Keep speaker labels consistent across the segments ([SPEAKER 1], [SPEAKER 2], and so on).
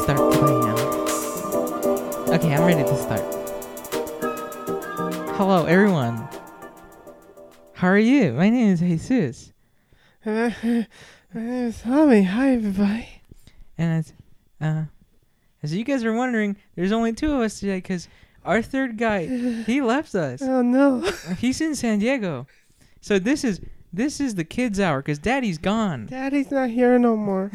[SPEAKER 1] start the jam. Okay, I'm ready to start. Hello, everyone. How are you? My name is Jesus,
[SPEAKER 2] My name is Tommy. Hi, everybody.
[SPEAKER 1] and as uh, as you guys are wondering, there's only two of us today because our third guy he left us.
[SPEAKER 2] Oh no,
[SPEAKER 1] He's in San Diego, so this is this is the kids' hour because Daddy's gone.
[SPEAKER 2] Daddy's not here no more.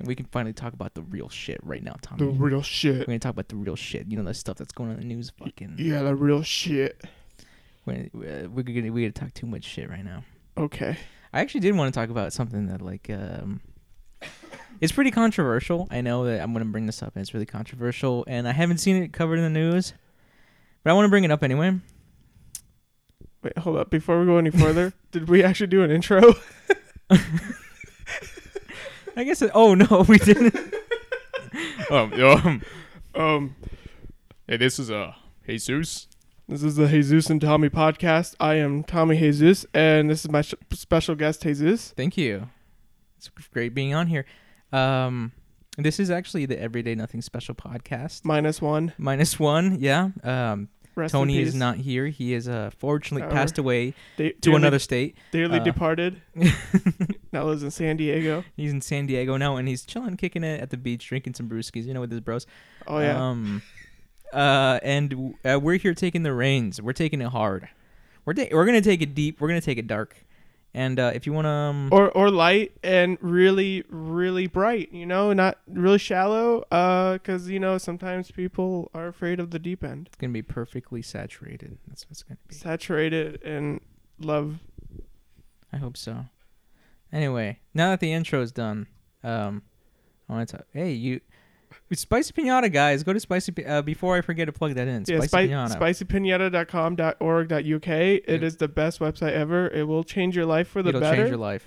[SPEAKER 1] And we can finally talk about the real shit right now, Tommy.
[SPEAKER 2] The real
[SPEAKER 1] We're
[SPEAKER 2] shit.
[SPEAKER 1] gonna talk about the real shit. You know that stuff that's going on in the news. Fucking
[SPEAKER 2] Yeah, the real shit.
[SPEAKER 1] We're, uh, we're we're gonna we're gonna talk too much shit right now.
[SPEAKER 2] Okay.
[SPEAKER 1] I actually did want to talk about something that like um, it's pretty controversial. I know that I'm gonna bring this up, and it's really controversial, and I haven't seen it covered in the news, but I want to bring it up anyway.
[SPEAKER 2] Wait, hold up. Before we go any further, did we actually do an intro?
[SPEAKER 1] I guess. It, oh no, we didn't.
[SPEAKER 3] um, um, um, hey, this is uh, Jesus.
[SPEAKER 2] This is the Jesus and Tommy podcast. I am Tommy Jesus, and this is my sh- special guest, Jesus.
[SPEAKER 1] Thank you. It's great being on here. Um, this is actually the Everyday Nothing Special podcast.
[SPEAKER 2] Minus one.
[SPEAKER 1] Minus one, yeah. Um,
[SPEAKER 2] Rest in
[SPEAKER 1] Tony is
[SPEAKER 2] peace.
[SPEAKER 1] not here. He is uh, fortunately
[SPEAKER 2] However,
[SPEAKER 1] passed away
[SPEAKER 2] Da-
[SPEAKER 1] to
[SPEAKER 2] dearly-
[SPEAKER 1] another state.
[SPEAKER 2] Dearly
[SPEAKER 1] uh,
[SPEAKER 2] departed. now lives in San Diego.
[SPEAKER 1] He's in San Diego now, and he's chilling, kicking it at the beach, drinking some brewskis, you know, with his bros.
[SPEAKER 2] Oh yeah.
[SPEAKER 1] Um, uh, and w- uh, we're here taking the reins. We're taking it hard. We're ta- we're gonna take it deep. We're gonna take it dark. And uh, if you want to, um,
[SPEAKER 2] or or light and really really bright you know not really shallow uh because you know sometimes people are afraid of the deep end
[SPEAKER 1] it's gonna be perfectly saturated. That's what it's gonna be.
[SPEAKER 2] saturated and love
[SPEAKER 1] I hope so. Anyway, now that the intro is done, um, I want to talk. Hey, you, Spicy Pinata guys, go to Spicy. Pi- Uh, before I forget to plug that in,
[SPEAKER 2] yeah
[SPEAKER 1] Spicy
[SPEAKER 2] spi-
[SPEAKER 1] Pinata.
[SPEAKER 2] spicypinata.com.org.uk
[SPEAKER 1] Yep.
[SPEAKER 2] it is the best website ever it will change your life for the
[SPEAKER 1] It'll
[SPEAKER 2] better
[SPEAKER 1] change your life.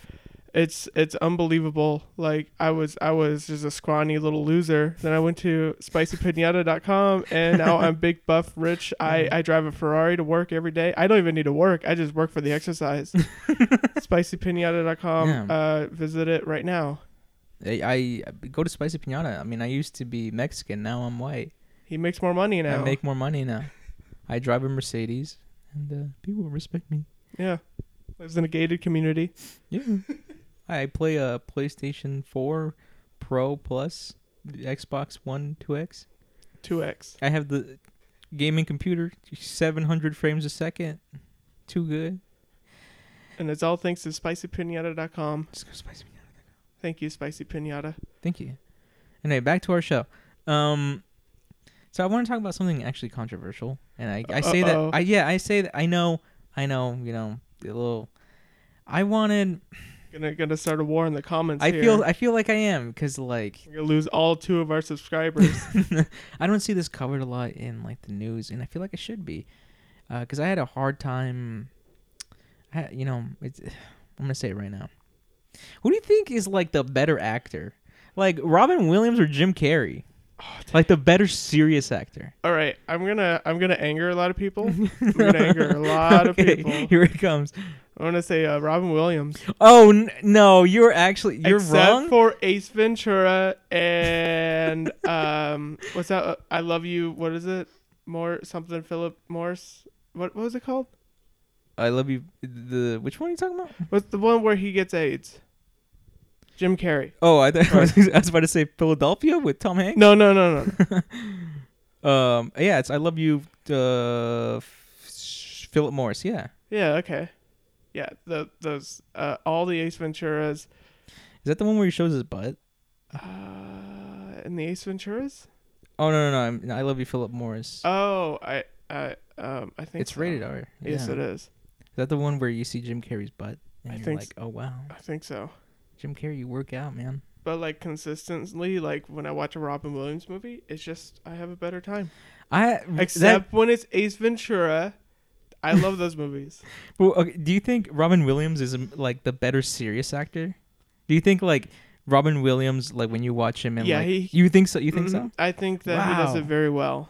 [SPEAKER 2] it's it's unbelievable like i was i was just a scrawny little loser then i went to spicypinata.com and now i'm big buff rich i i drive a ferrari to work every day i don't even need to work i just work for the exercise spicypinata.com
[SPEAKER 1] Yeah.
[SPEAKER 2] uh visit it right now
[SPEAKER 1] I, I go to Spicy Pinata. I mean, I used to be Mexican. Now I'm white.
[SPEAKER 2] he makes more money now
[SPEAKER 1] I make more money now. I drive a Mercedes, and uh, people respect me.
[SPEAKER 2] yeah lives in a gated community
[SPEAKER 1] Yeah. I play a PlayStation 4 Pro Plus, the Xbox One 2X.
[SPEAKER 2] 2x
[SPEAKER 1] I have the gaming computer, 700 frames a second. Too good.
[SPEAKER 2] and it's all thanks to spicypinata.com
[SPEAKER 1] Just go Spicy Pinata.
[SPEAKER 2] thank you spicy pinata
[SPEAKER 1] Thank you. Anyway, back to our show. Um, so I want to talk about something actually controversial, and I, I say
[SPEAKER 2] Uh-oh.
[SPEAKER 1] that I yeah I say that I know I know you know a little. I wanted.
[SPEAKER 2] gonna gonna start a war in the comments
[SPEAKER 1] I
[SPEAKER 2] here.
[SPEAKER 1] feel I feel like I am because like
[SPEAKER 2] we're gonna lose all two of our subscribers
[SPEAKER 1] I don't see this covered a lot in like the news, and I feel like I should be, because I had a hard time. I, you know, it's, I'm gonna say it right now. Who do you think is like the better actor, like Robin Williams or Jim Carrey? like the better serious actor.
[SPEAKER 2] All right, I'm gonna I'm gonna anger a lot of people. I'm gonna anger a lot of
[SPEAKER 1] Okay,
[SPEAKER 2] people.
[SPEAKER 1] Here it comes.
[SPEAKER 2] I'm gonna say uh, Robin Williams.
[SPEAKER 1] Oh n- no, you're actually you're
[SPEAKER 2] Except
[SPEAKER 1] wrong.
[SPEAKER 2] for Ace Ventura and um, what's that? Uh, I love you. What is it? More something Philip Morse. What, what was it called?
[SPEAKER 1] I love you. The which one are you talking about?
[SPEAKER 2] What's the one where he gets AIDS? Jim Carrey.
[SPEAKER 1] Oh, I, th- I was I was about to say Philadelphia with Tom Hanks.
[SPEAKER 2] No, no, no, no.
[SPEAKER 1] Um. Yeah. It's I love you, uh, F- Philip Morris. Yeah.
[SPEAKER 2] Yeah, okay. Yeah, the those uh, all the Ace Venturas
[SPEAKER 1] Is that the one where he shows his butt?
[SPEAKER 2] uh, and uh, the Ace Venturas.
[SPEAKER 1] Oh no no no! I'm, I love you, Philip Morris.
[SPEAKER 2] Oh, I I um I think
[SPEAKER 1] it's
[SPEAKER 2] so.
[SPEAKER 1] rated R. Yeah.
[SPEAKER 2] Yes, it
[SPEAKER 1] is.
[SPEAKER 2] is.
[SPEAKER 1] that the one where you see Jim Carrey's butt and
[SPEAKER 2] I
[SPEAKER 1] you're
[SPEAKER 2] think
[SPEAKER 1] like, oh wow,
[SPEAKER 2] I think so.
[SPEAKER 1] Jim Carrey, you work out, man.
[SPEAKER 2] But like consistently, like when I watch a Robin Williams movie, it's just I have a better time.
[SPEAKER 1] Mm-hmm. I that,
[SPEAKER 2] Except when it's Ace Ventura. I love those movies.
[SPEAKER 1] well, okay, do you think Robin Williams is um, like the better serious actor? Do you think like Robin Williams like when you watch him and
[SPEAKER 2] Yeah,
[SPEAKER 1] like
[SPEAKER 2] he-
[SPEAKER 1] you think so? You think so?
[SPEAKER 2] Mhm. I think that he does
[SPEAKER 1] Wow.
[SPEAKER 2] it very well.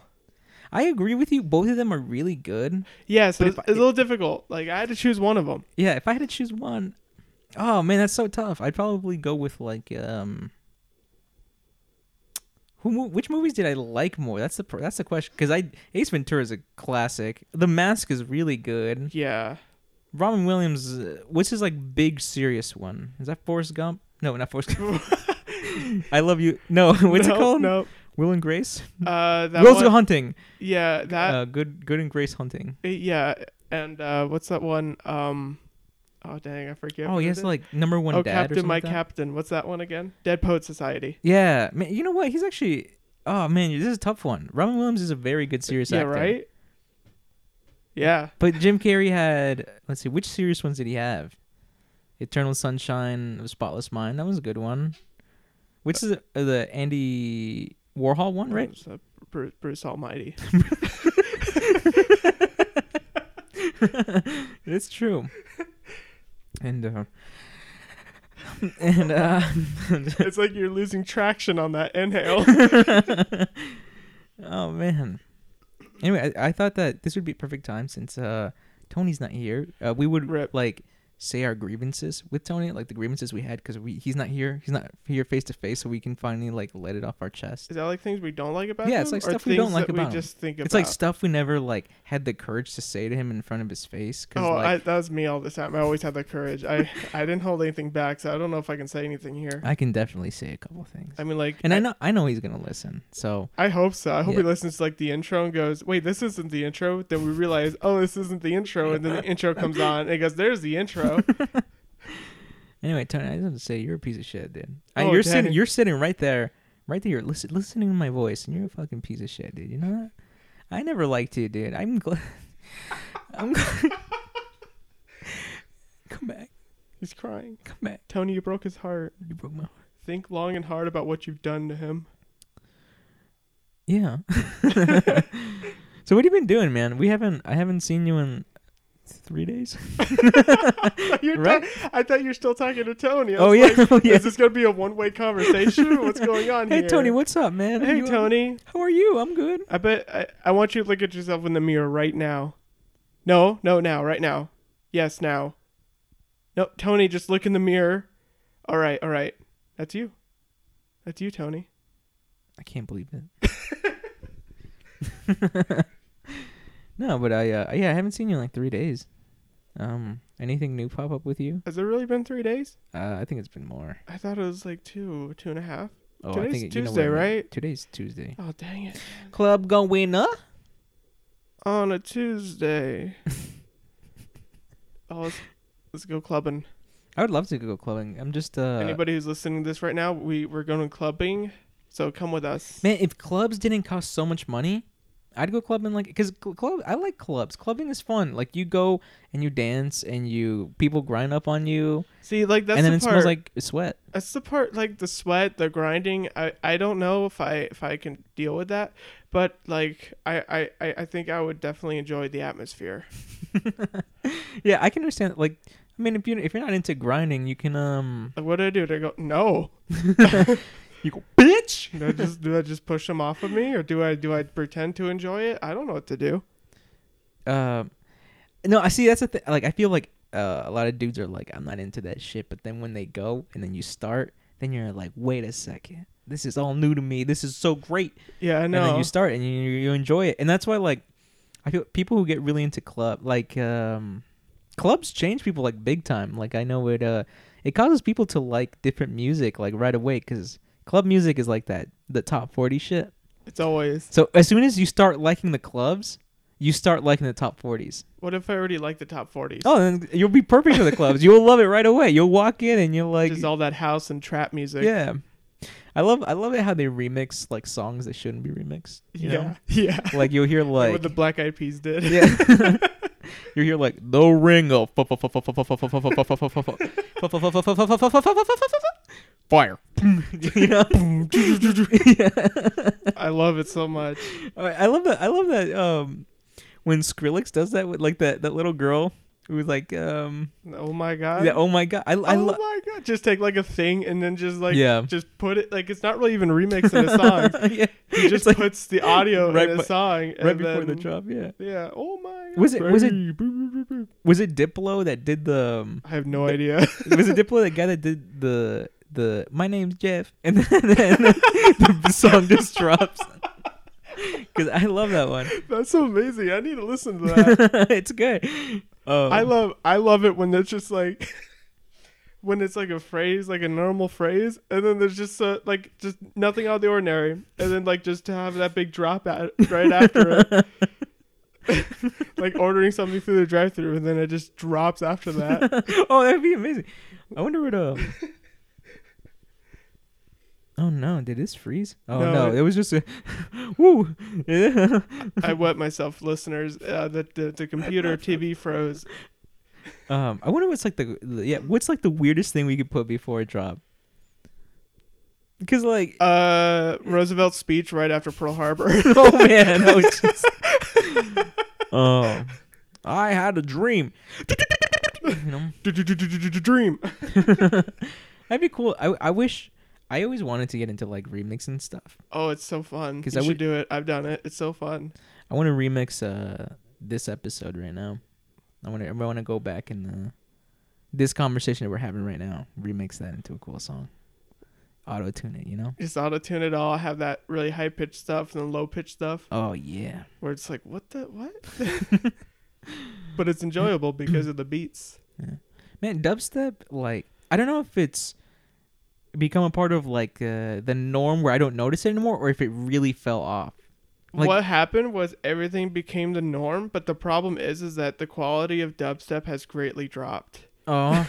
[SPEAKER 1] I agree with you. Both of them are really good.
[SPEAKER 2] Yeah, so
[SPEAKER 1] But
[SPEAKER 2] it's,
[SPEAKER 1] if I-
[SPEAKER 2] it's a little difficult. Like I had to choose one of them.
[SPEAKER 1] Yeah, if I had to choose one, oh man, that's so tough. I'd probably go with like um Who, mo- which movies did I like more? That's the pr- that's the question. Because I Ace Ventura is a classic. The Mask is really good.
[SPEAKER 2] Yeah.
[SPEAKER 1] Robin Williams, uh, what's his like big serious one? Is that Forrest Gump? No, not Forrest Gump. I love you. No, what's
[SPEAKER 2] no,
[SPEAKER 1] it called?
[SPEAKER 2] No.
[SPEAKER 1] Will and Grace.
[SPEAKER 2] Uh, that
[SPEAKER 1] Will's
[SPEAKER 2] one,
[SPEAKER 1] Go hunting.
[SPEAKER 2] yeah, that. eh,
[SPEAKER 1] uh, good, good and Grace hunting.
[SPEAKER 2] yeah, and uh, what's that one? Um, oh dang, I forget.
[SPEAKER 1] Oh,
[SPEAKER 2] what
[SPEAKER 1] he
[SPEAKER 2] it
[SPEAKER 1] has
[SPEAKER 2] is.
[SPEAKER 1] like number one
[SPEAKER 2] oh,
[SPEAKER 1] dad or
[SPEAKER 2] Captain,
[SPEAKER 1] something
[SPEAKER 2] my
[SPEAKER 1] like that.
[SPEAKER 2] Captain. What's that one again? Dead Poet Society.
[SPEAKER 1] Yeah, man, you know what? He's actually. Oh man, this is a tough one. Robin Williams is a very good serious
[SPEAKER 2] yeah,
[SPEAKER 1] actor.
[SPEAKER 2] right. Yeah.
[SPEAKER 1] But Jim Carrey had. Let's see, which serious ones did he have? Eternal Sunshine of the Spotless Mind. That was a good one. Which is uh, the Andy Warhol one, right?
[SPEAKER 2] It's, uh, Bruce, Bruce Almighty.
[SPEAKER 1] It's true. And uh, and uh,
[SPEAKER 2] it's like you're losing traction on that inhale.
[SPEAKER 1] oh man. Anyway, I, I thought that this would be a perfect time since uh, Tony's not here. Uh, we would
[SPEAKER 2] Rip.
[SPEAKER 1] like say our grievances with Tony, like the grievances we had, because we he's not here. He's not here face to face, so we can finally like let it off our chest.
[SPEAKER 2] Is that like things we don't like about
[SPEAKER 1] Yeah, it's
[SPEAKER 2] him,
[SPEAKER 1] like
[SPEAKER 2] or
[SPEAKER 1] stuff we don't
[SPEAKER 2] things
[SPEAKER 1] like
[SPEAKER 2] that
[SPEAKER 1] about
[SPEAKER 2] we
[SPEAKER 1] him.
[SPEAKER 2] just think about.
[SPEAKER 1] It's like stuff we never like had the courage to say to him in front of his face. Cause,
[SPEAKER 2] oh,
[SPEAKER 1] like,
[SPEAKER 2] I, that was me all the time. I always had the courage. I I didn't hold anything back, so I don't know if I can say anything here.
[SPEAKER 1] I can definitely say a couple things.
[SPEAKER 2] I mean, like,
[SPEAKER 1] and I, know I know he's gonna listen. So
[SPEAKER 2] I hope so. I hope he
[SPEAKER 1] Yeah.
[SPEAKER 2] listens to like the intro and goes, "Wait, this isn't the intro." Then we realize, "Oh, this isn't the intro," and then the intro comes on and he goes, "There's the intro."
[SPEAKER 1] anyway, Tony, I just have to say you're a piece of shit, dude. I,
[SPEAKER 2] Oh,
[SPEAKER 1] you're sitting
[SPEAKER 2] Danny.
[SPEAKER 1] you're sitting right there, right there, listen, listening to my voice, and you're a fucking piece of shit, dude. You know that? I never liked you, dude. I'm glad. I'm glad. come back,
[SPEAKER 2] He's crying.
[SPEAKER 1] come back.
[SPEAKER 2] Tony, you broke his heart.
[SPEAKER 1] You broke my.
[SPEAKER 2] Think long and hard about what you've done to him.
[SPEAKER 1] Yeah. so what have you been doing, man? We haven't. I haven't seen you in three days.
[SPEAKER 2] You're
[SPEAKER 1] Right?
[SPEAKER 2] ta- I thought you were still talking to Tony. I
[SPEAKER 1] Oh
[SPEAKER 2] was
[SPEAKER 1] yeah.
[SPEAKER 2] like,
[SPEAKER 1] oh yeah.
[SPEAKER 2] Is this gonna be a one-way conversation? What's going on
[SPEAKER 1] Hey
[SPEAKER 2] here?
[SPEAKER 1] Tony, what's up, man? How
[SPEAKER 2] Hey
[SPEAKER 1] you-
[SPEAKER 2] Tony.
[SPEAKER 1] How are you? I'm good.
[SPEAKER 2] I bet I, I want you to look at yourself in the mirror right now. No, no, now, right now. Yes, now. No, Tony, just look in the mirror. All right, all right. That's you. That's you, Tony.
[SPEAKER 1] I can't believe it. no, but I uh, yeah, I haven't seen you in like three days. Um, anything new pop up with you?
[SPEAKER 2] Has it really been three days?
[SPEAKER 1] Uh, I think it's been more.
[SPEAKER 2] I thought it was like two, two and a half.
[SPEAKER 1] Oh, I
[SPEAKER 2] Today's
[SPEAKER 1] think it- you know what
[SPEAKER 2] Tuesday,
[SPEAKER 1] I meant.
[SPEAKER 2] right?
[SPEAKER 1] Today's Tuesday.
[SPEAKER 2] Oh, dang it.
[SPEAKER 1] Club going up.
[SPEAKER 2] On a Tuesday. oh, let's, let's go clubbing.
[SPEAKER 1] I would love to go clubbing. I'm just uh,
[SPEAKER 2] Anybody who's listening to this right now, we, we're going clubbing. So come with us.
[SPEAKER 1] man. If clubs didn't cost so much money, I'd go clubbing like because club. I like clubs. Clubbing is fun. Like you go and you dance and you people grind up on you,
[SPEAKER 2] See, like, that's
[SPEAKER 1] and then
[SPEAKER 2] the
[SPEAKER 1] it
[SPEAKER 2] part.
[SPEAKER 1] smells like sweat.
[SPEAKER 2] That's the part, like the sweat, the grinding. I, I don't know if I if I can deal with that, but like I, I, I I think I would definitely enjoy the atmosphere.
[SPEAKER 1] Yeah, I can understand. Like, I mean, if you if you're not into grinding, you can um.
[SPEAKER 2] Like, what do I do? Do I go no?
[SPEAKER 1] You go, bitch.
[SPEAKER 2] Do I just do I just push them off of me, or do I do I pretend to enjoy it? I don't know what to do.
[SPEAKER 1] Um, no, I see. That's the thing. Like, I feel like uh, a lot of dudes are like, I'm not into that shit. But then when they go and then you start, then you're like, wait a second, this is all new to me. This is so great.
[SPEAKER 2] Yeah, I
[SPEAKER 1] And then
[SPEAKER 2] know.
[SPEAKER 1] you start and you you enjoy it, and that's why like, I feel people who get really into club like um, clubs change people like big time. Like I know it uh, it causes people to like different music like right away because club music is like that the top forty shit.
[SPEAKER 2] It's always.
[SPEAKER 1] So as soon as you start liking the clubs, you start liking the top 40s.
[SPEAKER 2] What if I already like the top forties?
[SPEAKER 1] Oh, then you'll be perfect for the clubs. You'll love it right away. You'll walk in and you'll like,
[SPEAKER 2] just all that house and trap music.
[SPEAKER 1] yeah. I love I love it how they remix like songs that shouldn't be remixed. You
[SPEAKER 2] yeah,
[SPEAKER 1] know?
[SPEAKER 2] yeah.
[SPEAKER 1] like you'll hear
[SPEAKER 2] what
[SPEAKER 1] like
[SPEAKER 2] the Black Eyed Peas did.
[SPEAKER 1] yeah. you hear like the Ringo fire. You know?
[SPEAKER 2] I love it so much.
[SPEAKER 1] All right, I love that. I love that. Um, when Skrillex does that with like that that little girl who was like, um,
[SPEAKER 2] Oh my god.
[SPEAKER 1] yeah, oh my god, I, I
[SPEAKER 2] oh
[SPEAKER 1] love.
[SPEAKER 2] my god! Just take like a thing and then just like
[SPEAKER 1] Yeah.
[SPEAKER 2] just put it like it's not really even remixing a song.
[SPEAKER 1] yeah,
[SPEAKER 2] He
[SPEAKER 1] It's
[SPEAKER 2] just
[SPEAKER 1] like
[SPEAKER 2] puts the audio
[SPEAKER 1] right
[SPEAKER 2] in
[SPEAKER 1] bu-
[SPEAKER 2] a song
[SPEAKER 1] right
[SPEAKER 2] and
[SPEAKER 1] before the
[SPEAKER 2] then-
[SPEAKER 1] drop. Yeah,
[SPEAKER 2] Yeah. Oh my.
[SPEAKER 1] Was it- was it-
[SPEAKER 2] it?
[SPEAKER 1] was it Diplo that did the? Um,
[SPEAKER 2] I have no idea.
[SPEAKER 1] was it Diplo that guy that did the the my name's Jeff, and then, the song just drops. Because I love that one.
[SPEAKER 2] That's so amazing. I need to listen to that.
[SPEAKER 1] it's good. Um,
[SPEAKER 2] I love I love it when it's just like when it's like a phrase, like a normal phrase, and then there's just uh, like just nothing out of the ordinary, and then like just to have that big drop at right after it, like ordering something through the drive-through, and then it just drops after that.
[SPEAKER 1] oh, that'd be amazing. I wonder what. Uh... oh no! Did this freeze? Oh
[SPEAKER 2] No,
[SPEAKER 1] no!
[SPEAKER 2] it-
[SPEAKER 1] It, was just a woo.
[SPEAKER 2] I wet myself, listeners. Uh, the, the the computer TV froze.
[SPEAKER 1] um, I wonder what's like the the- yeah. What's like the weirdest thing we could put before a drop? Because like
[SPEAKER 2] Uh, Roosevelt's speech right after Pearl Harbor.
[SPEAKER 1] oh man, that was just. oh, I had a dream. you know,
[SPEAKER 2] Dream.
[SPEAKER 1] that'd be cool. I I wish. I always wanted to get into like remixing stuff.
[SPEAKER 2] Oh, it's so fun.
[SPEAKER 1] 'Cause
[SPEAKER 2] Because I
[SPEAKER 1] I
[SPEAKER 2] should
[SPEAKER 1] would-
[SPEAKER 2] do it. I've done it. It's so fun.
[SPEAKER 1] I want to remix uh this episode right now. I want to I want to go back and uh, this conversation that we're having right now remix that into a cool song. Auto tune it, you know.
[SPEAKER 2] Just auto tune it all. Have that really high pitched stuff and then low pitched stuff
[SPEAKER 1] Oh yeah,
[SPEAKER 2] where it's like, what the what? but it's enjoyable because of the beats.
[SPEAKER 1] man, dubstep like I don't know if it's become a part of like uh, the norm where I don't notice it anymore, or if it really fell off. Like-
[SPEAKER 2] what happened was everything became the norm, but the problem is is that the quality of dubstep has greatly dropped.
[SPEAKER 1] Oh,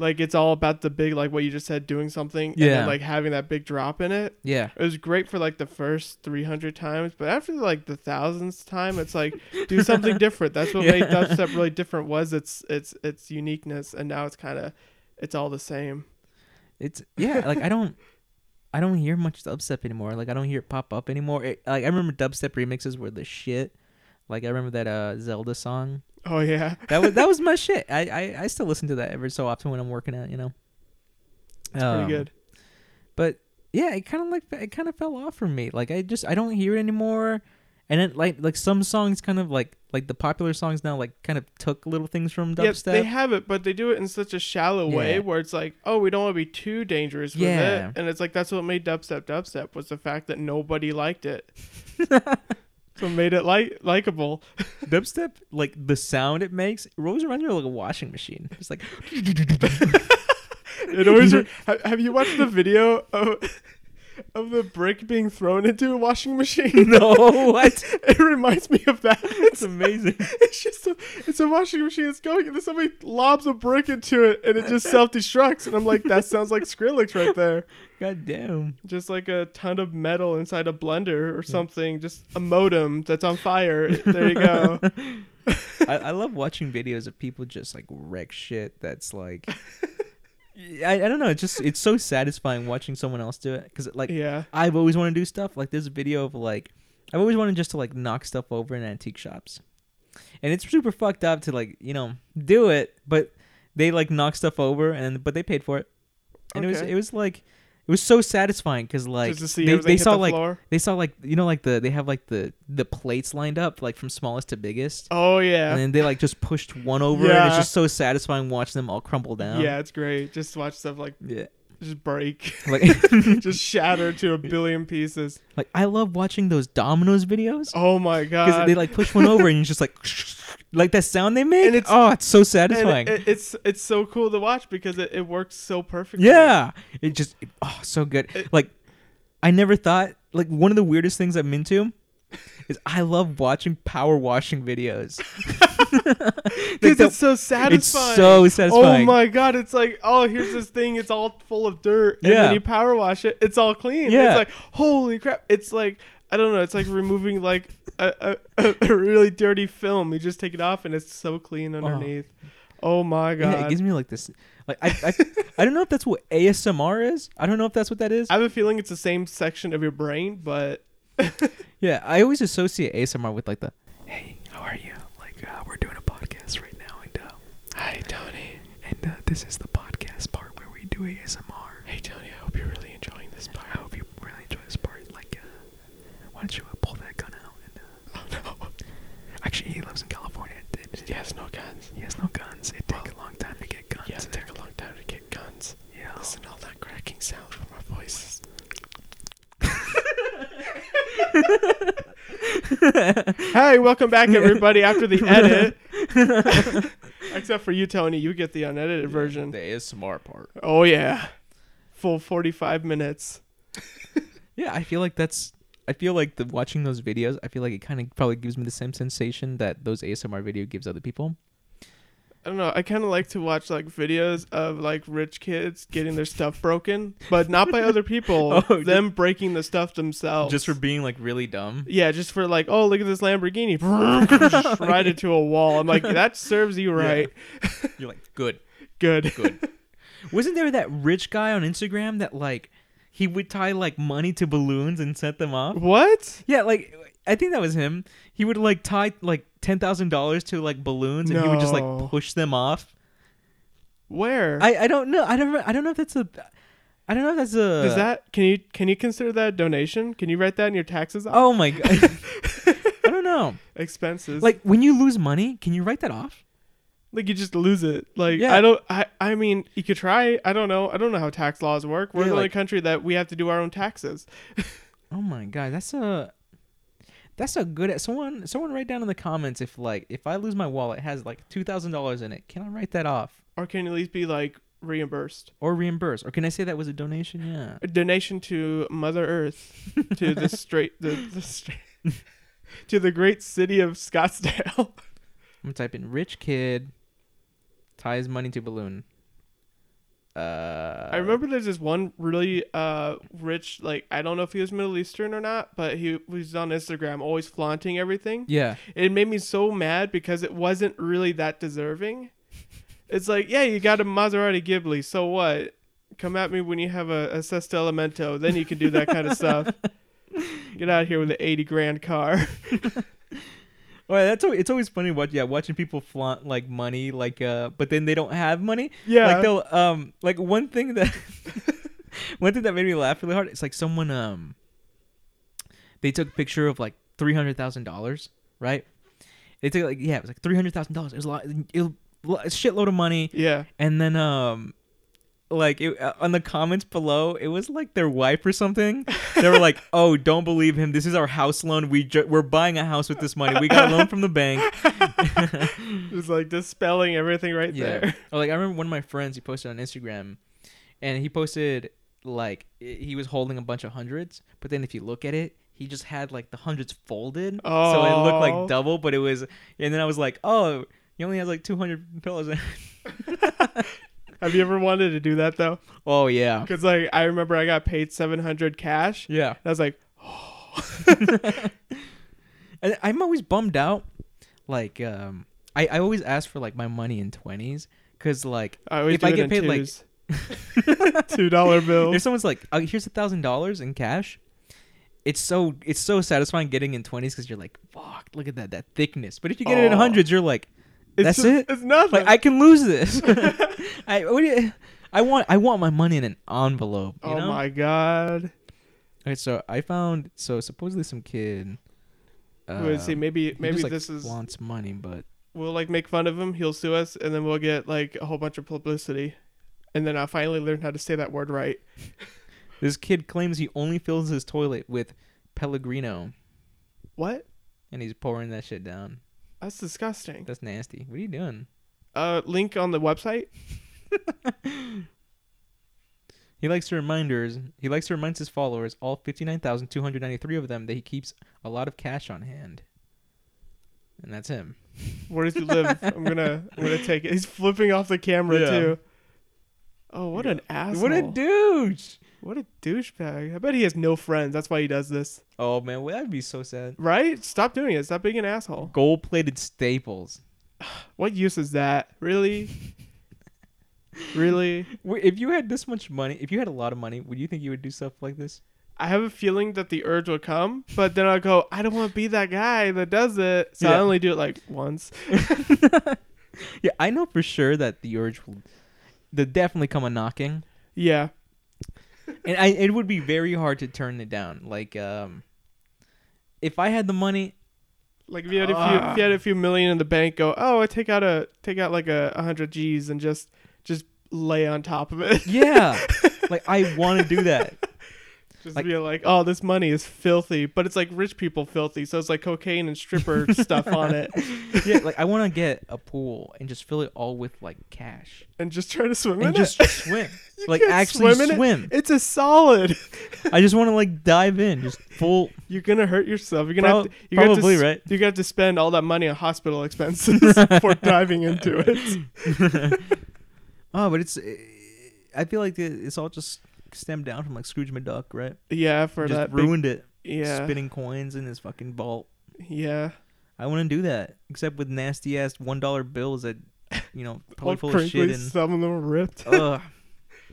[SPEAKER 2] Like it's all about the big like what you just said doing something and
[SPEAKER 1] Yeah.
[SPEAKER 2] then, like having that big drop in it.
[SPEAKER 1] yeah.
[SPEAKER 2] It was great for like the first 300 times, but after like the thousandth time, it's like do something different. That's what made
[SPEAKER 1] Yeah.
[SPEAKER 2] dubstep really different was its its its uniqueness, and now it's kind of it's all the same.
[SPEAKER 1] It's yeah, like I don't I don't hear much dubstep anymore. Like I don't hear it pop up anymore. It, like I remember dubstep remixes were the shit. Like I remember that uh Zelda song.
[SPEAKER 2] Oh yeah,
[SPEAKER 1] That was that was my shit. I, I I still listen to that every so often when I'm working out, you know.
[SPEAKER 2] it's
[SPEAKER 1] Um,
[SPEAKER 2] pretty good.
[SPEAKER 1] But yeah, it kind of like it kind of fell off for me. Like I just I don't hear it anymore. And it like like some songs kind of like like the popular songs now like kind of took little things from
[SPEAKER 2] Yes,
[SPEAKER 1] dubstep.
[SPEAKER 2] they have it, but they do it in such a shallow way
[SPEAKER 1] Yeah.
[SPEAKER 2] where it's like, oh, we don't want to be too dangerous with
[SPEAKER 1] Yeah.
[SPEAKER 2] it, and it's like that's what made dubstep dubstep was the fact that nobody liked it. So made it like likable.
[SPEAKER 1] dubstep like the sound it makes, it always reminds me of like a washing machine. It's like
[SPEAKER 2] It always. Re- have, have you watched the video of of the brick being thrown into a washing machine?
[SPEAKER 1] no, what?
[SPEAKER 2] It reminds me of that.
[SPEAKER 1] It's amazing.
[SPEAKER 2] It's just a, it's a washing machine. It's going, and then somebody lobs a brick into it, and it just self destructs. And I'm like, that sounds like Skrillex right there.
[SPEAKER 1] God damn.
[SPEAKER 2] Just like a ton of metal inside a blender or something. Just a modem that's on fire. There you go.
[SPEAKER 1] I, I love watching videos of people just like wreck shit that's like I, I don't know, it's just it's so satisfying watching someone else do it cuz like
[SPEAKER 2] yeah.
[SPEAKER 1] I've always wanted to do stuff like there's a video of like I've always wanted just to like knock stuff over in antique shops. And it's super fucked up to like, you know, do it, but they like knock stuff over and but they paid for it. And it was
[SPEAKER 2] Okay.
[SPEAKER 1] it was like it was so satisfying cuz like
[SPEAKER 2] just to see
[SPEAKER 1] they,
[SPEAKER 2] everything
[SPEAKER 1] they
[SPEAKER 2] hit
[SPEAKER 1] saw
[SPEAKER 2] the
[SPEAKER 1] like
[SPEAKER 2] floor.
[SPEAKER 1] They saw like you know like the they have like the the plates lined up like from smallest to biggest,
[SPEAKER 2] Oh
[SPEAKER 1] and
[SPEAKER 2] yeah.
[SPEAKER 1] then they like just pushed one over, and
[SPEAKER 2] Yeah.
[SPEAKER 1] it's just so satisfying watching them all crumble down.
[SPEAKER 2] Yeah, it's great. Just watch stuff like
[SPEAKER 1] yeah.
[SPEAKER 2] just break,
[SPEAKER 1] Like
[SPEAKER 2] just shatter to a billion pieces.
[SPEAKER 1] like I love watching those dominoes videos
[SPEAKER 2] Oh my
[SPEAKER 1] because
[SPEAKER 2] god.
[SPEAKER 1] they like push one over, and it's just like like that sound they make.
[SPEAKER 2] And it's-
[SPEAKER 1] oh, it's so
[SPEAKER 2] And
[SPEAKER 1] satisfying.
[SPEAKER 2] it, it- it's it's so cool to watch because it, it works so perfectly.
[SPEAKER 1] yeah, it just oh so good.
[SPEAKER 2] It-
[SPEAKER 1] like I never thought like one of the weirdest things I'm into. Is I love watching power washing videos. Like
[SPEAKER 2] Because
[SPEAKER 1] the-
[SPEAKER 2] it's so satisfying.
[SPEAKER 1] It's so satisfying.
[SPEAKER 2] Oh my god, it's like, oh, here's this thing, it's all full of dirt. And
[SPEAKER 1] Yeah.
[SPEAKER 2] then you power wash it, it's all clean. It's
[SPEAKER 1] Yeah.
[SPEAKER 2] like, holy crap. It's like I don't know, it's like removing like a, a, a really dirty film. You just take it off and it's so clean underneath. Oh, my god.
[SPEAKER 1] Yeah, it gives me like this. Like I, I, I don't know if that's what ASMR is. I don't know if that's what that is.
[SPEAKER 2] I have a feeling it's the same section of your brain, but
[SPEAKER 1] yeah, I always associate ASMR with like the, hey, how are you? Like uh, we're doing a podcast right now, and uh,
[SPEAKER 2] Hi Tony.
[SPEAKER 1] and uh, this is the podcast part where we do ASMR.
[SPEAKER 2] Hey Tony, I hope you're really enjoying this part.
[SPEAKER 1] I hope you really enjoy this part. Like, uh, why don't you uh, pull that gun out? And, uh, oh no. Actually, he lives in California. It, it,
[SPEAKER 2] He has no guns.
[SPEAKER 1] he has no guns. It take a long time to get guns.
[SPEAKER 2] Yeah, it took a long time to get guns.
[SPEAKER 1] Yeah.
[SPEAKER 2] Listen to all that cracking. hey, welcome back, everybody, after the edit. Except for you, Tony, you get the unedited version.
[SPEAKER 3] The ASMR part.
[SPEAKER 2] Oh, yeah. Full 45 minutes.
[SPEAKER 1] Yeah, I feel like that's. I feel like the watching those videos. I feel like it kind of probably gives me the same sensation that those ASMR video gives other people.
[SPEAKER 2] I don't know. I kind of like to watch like videos of like rich kids getting their stuff broken, but not by other people.
[SPEAKER 1] Oh,
[SPEAKER 2] them breaking the stuff themselves.
[SPEAKER 1] Just for being like really dumb.
[SPEAKER 2] yeah, just for like, oh look at this Lamborghini, right into a wall. I'm like, that serves you right.
[SPEAKER 3] You're like, good.
[SPEAKER 2] Good.
[SPEAKER 1] Wasn't there that rich guy on Instagram that like he would tie like money to balloons and set them off?
[SPEAKER 2] What?
[SPEAKER 1] Yeah, like I think that was him. He would like tie like ten thousand dollars to like balloons, and he would just
[SPEAKER 2] No.
[SPEAKER 1] like push them off.
[SPEAKER 2] Where?
[SPEAKER 1] I I don't know. I don't I don't know if that's a. I don't know if that's a.
[SPEAKER 2] Does that can you can you consider that a donation? Can you write that in your taxes?
[SPEAKER 1] Oh my god. I don't know.
[SPEAKER 2] Expenses.
[SPEAKER 1] Like when you lose money, can you write that off?
[SPEAKER 2] like you just lose it. Like
[SPEAKER 1] Yeah.
[SPEAKER 2] I don't I I mean, you could try. I don't know. I don't know how tax laws work. We're
[SPEAKER 1] Yeah,
[SPEAKER 2] the only
[SPEAKER 1] like-
[SPEAKER 2] country that we have to do our own taxes.
[SPEAKER 1] Oh my god, that's a. That's a good. Someone someone write down in the comments if like if I lose my wallet it has like two thousand dollars in it, can I write that off
[SPEAKER 2] Or can you at least be like reimbursed?
[SPEAKER 1] or reimburse or can I say that was a donation? Yeah.
[SPEAKER 2] A donation to Mother Earth, to the straight the, the straight to the great city of Scottsdale.
[SPEAKER 1] I'm gonna type in rich kid ties money to balloon. Uh,
[SPEAKER 2] I remember there's this one really uh rich like I don't know if he was Middle Eastern or not, but he was on Instagram always flaunting everything.
[SPEAKER 1] Yeah,
[SPEAKER 2] It made me so mad because it wasn't really that deserving. It's like, yeah, you got a Maserati Ghibli, so what? Come at me when you have a, a Sesto Elemento, then you can do that kind of stuff. Get out of here with an eighty grand car.
[SPEAKER 1] well, that's always, it's always funny. Watch, yeah, watching people flaunt like money, like uh, but then they don't have money.
[SPEAKER 2] Yeah.
[SPEAKER 1] like they'll um, like one thing that one thing that made me laugh really hard. It's like someone um, they took a picture of like three hundred thousand dollars, right? They took like yeah, it was like three hundred thousand dollars. It was a lot, it was a shitload of money.
[SPEAKER 2] yeah.
[SPEAKER 1] and then um like it, uh, on the comments below it was like their wife or something they were like oh don't believe him this is our house loan we ju- we're buying a house with this money we got a loan from the bank
[SPEAKER 2] It's like dispelling everything right there.
[SPEAKER 1] Oh, like i remember one of my friends he posted on instagram and he posted like i- he was holding a bunch of hundreds but then if you look at it he just had like the hundreds folded so it looked
[SPEAKER 2] Oh.
[SPEAKER 1] like double but it was and then i was like oh he only has like 200 dollars
[SPEAKER 2] Have you ever wanted to do that though?
[SPEAKER 1] oh yeah
[SPEAKER 2] Because like I remember I got paid seven hundred cash.
[SPEAKER 1] yeah
[SPEAKER 2] And I was like,
[SPEAKER 1] I- I'm always bummed out. Like, um, I, I always ask for like my money in twenties because like
[SPEAKER 2] I always
[SPEAKER 1] If
[SPEAKER 2] do
[SPEAKER 1] I
[SPEAKER 2] it
[SPEAKER 1] get
[SPEAKER 2] in
[SPEAKER 1] paid, like-
[SPEAKER 2] twos. two dollar
[SPEAKER 1] if
[SPEAKER 2] bills.
[SPEAKER 1] someone's like, oh, here's a thousand dollars in cash, it's so it's so satisfying getting in twenties because you're like, fuck, look at that that thickness. But if you get it in
[SPEAKER 2] Aw.
[SPEAKER 1] hundreds, you're like, that's
[SPEAKER 2] just-
[SPEAKER 1] it.
[SPEAKER 2] It's nothing.
[SPEAKER 1] Like I can lose this. I what do you- I want I want my money in an envelope. You
[SPEAKER 2] oh
[SPEAKER 1] know?
[SPEAKER 2] my god.
[SPEAKER 1] Okay, so I found so supposedly some kid. Uh,
[SPEAKER 2] Wait, see, maybe
[SPEAKER 1] he
[SPEAKER 2] maybe
[SPEAKER 1] just, like,
[SPEAKER 2] this is
[SPEAKER 1] wants money, but
[SPEAKER 2] we'll like make fun of him. He'll sue us, and then we'll get like a whole bunch of publicity. And then I will finally learn how to say that word right.
[SPEAKER 1] This kid claims he only fills his toilet with Pellegrino,
[SPEAKER 2] What?
[SPEAKER 1] and he's pouring that shit down.
[SPEAKER 2] That's disgusting.
[SPEAKER 1] That's nasty. What are you doing?
[SPEAKER 2] Uh, link on the website.
[SPEAKER 1] He likes to reminders. He likes to remind his followers, all fifty-nine thousand two hundred ninety-three of them, that he keeps a lot of cash on hand. And that's him.
[SPEAKER 2] Where does he live? I'm gonna I'm gonna take it. He's flipping off the camera
[SPEAKER 1] Yeah.
[SPEAKER 2] too. Oh, what an asshole!
[SPEAKER 1] What a douche!
[SPEAKER 2] What a douchebag. I bet he has no friends. That's why he does this.
[SPEAKER 1] Oh man, well, that'd be so sad.
[SPEAKER 2] Right? Stop doing it. Stop being an asshole.
[SPEAKER 1] Gold-plated staples.
[SPEAKER 2] What use is that? Really? really?
[SPEAKER 1] Wh- If you had this much money, if you had a lot of money, would you think you would do stuff like this?
[SPEAKER 2] I have a feeling that the urge will come, but then I'll go, I don't want to be that guy that does it. So I
[SPEAKER 1] Yeah.
[SPEAKER 2] only do it like once.
[SPEAKER 1] Yeah, I know for sure that the urge will, there definitely come a knocking.
[SPEAKER 2] Yeah.
[SPEAKER 1] and I, it would be very hard to turn it down. Like, um, if I had the money,
[SPEAKER 2] Like if you had a few if you had a few million in the bank, go, Oh, I take out a take out like a hundred G's and just just lay on top of it.
[SPEAKER 1] yeah, like I want to do that.
[SPEAKER 2] Just
[SPEAKER 1] Like-
[SPEAKER 2] be like, oh, this money is filthy, but it's like rich people filthy, so it's like cocaine and stripper stuff on it,
[SPEAKER 1] yeah, like I want to get a pool and just fill it all with like cash
[SPEAKER 2] and just try to swim in
[SPEAKER 1] and just
[SPEAKER 2] it.
[SPEAKER 1] swim.
[SPEAKER 2] You
[SPEAKER 1] like
[SPEAKER 2] can't
[SPEAKER 1] actually
[SPEAKER 2] swim in
[SPEAKER 1] swim.
[SPEAKER 2] it. It's a solid.
[SPEAKER 1] I just want to like dive in, just full.
[SPEAKER 2] You're gonna hurt yourself. You're gonna
[SPEAKER 1] Prob-
[SPEAKER 2] have to, you're gonna have to
[SPEAKER 1] probably,
[SPEAKER 2] s-
[SPEAKER 1] right?
[SPEAKER 2] You're gonna have to spend all that money on hospital expenses for diving into it.
[SPEAKER 1] Oh, but it's. I feel like it- it's all just stemmed down from like Scrooge McDuck, right?
[SPEAKER 2] Yeah, for
[SPEAKER 1] just
[SPEAKER 2] that. big-
[SPEAKER 1] ruined it.
[SPEAKER 2] yeah,
[SPEAKER 1] Spinning coins in his fucking vault.
[SPEAKER 2] yeah.
[SPEAKER 1] I wouldn't do that, except with nasty ass one dollar bills that, you know,
[SPEAKER 2] All
[SPEAKER 1] probably full of shit
[SPEAKER 2] crinkly.
[SPEAKER 1] and.
[SPEAKER 2] Some of them are ripped.
[SPEAKER 1] Ugh.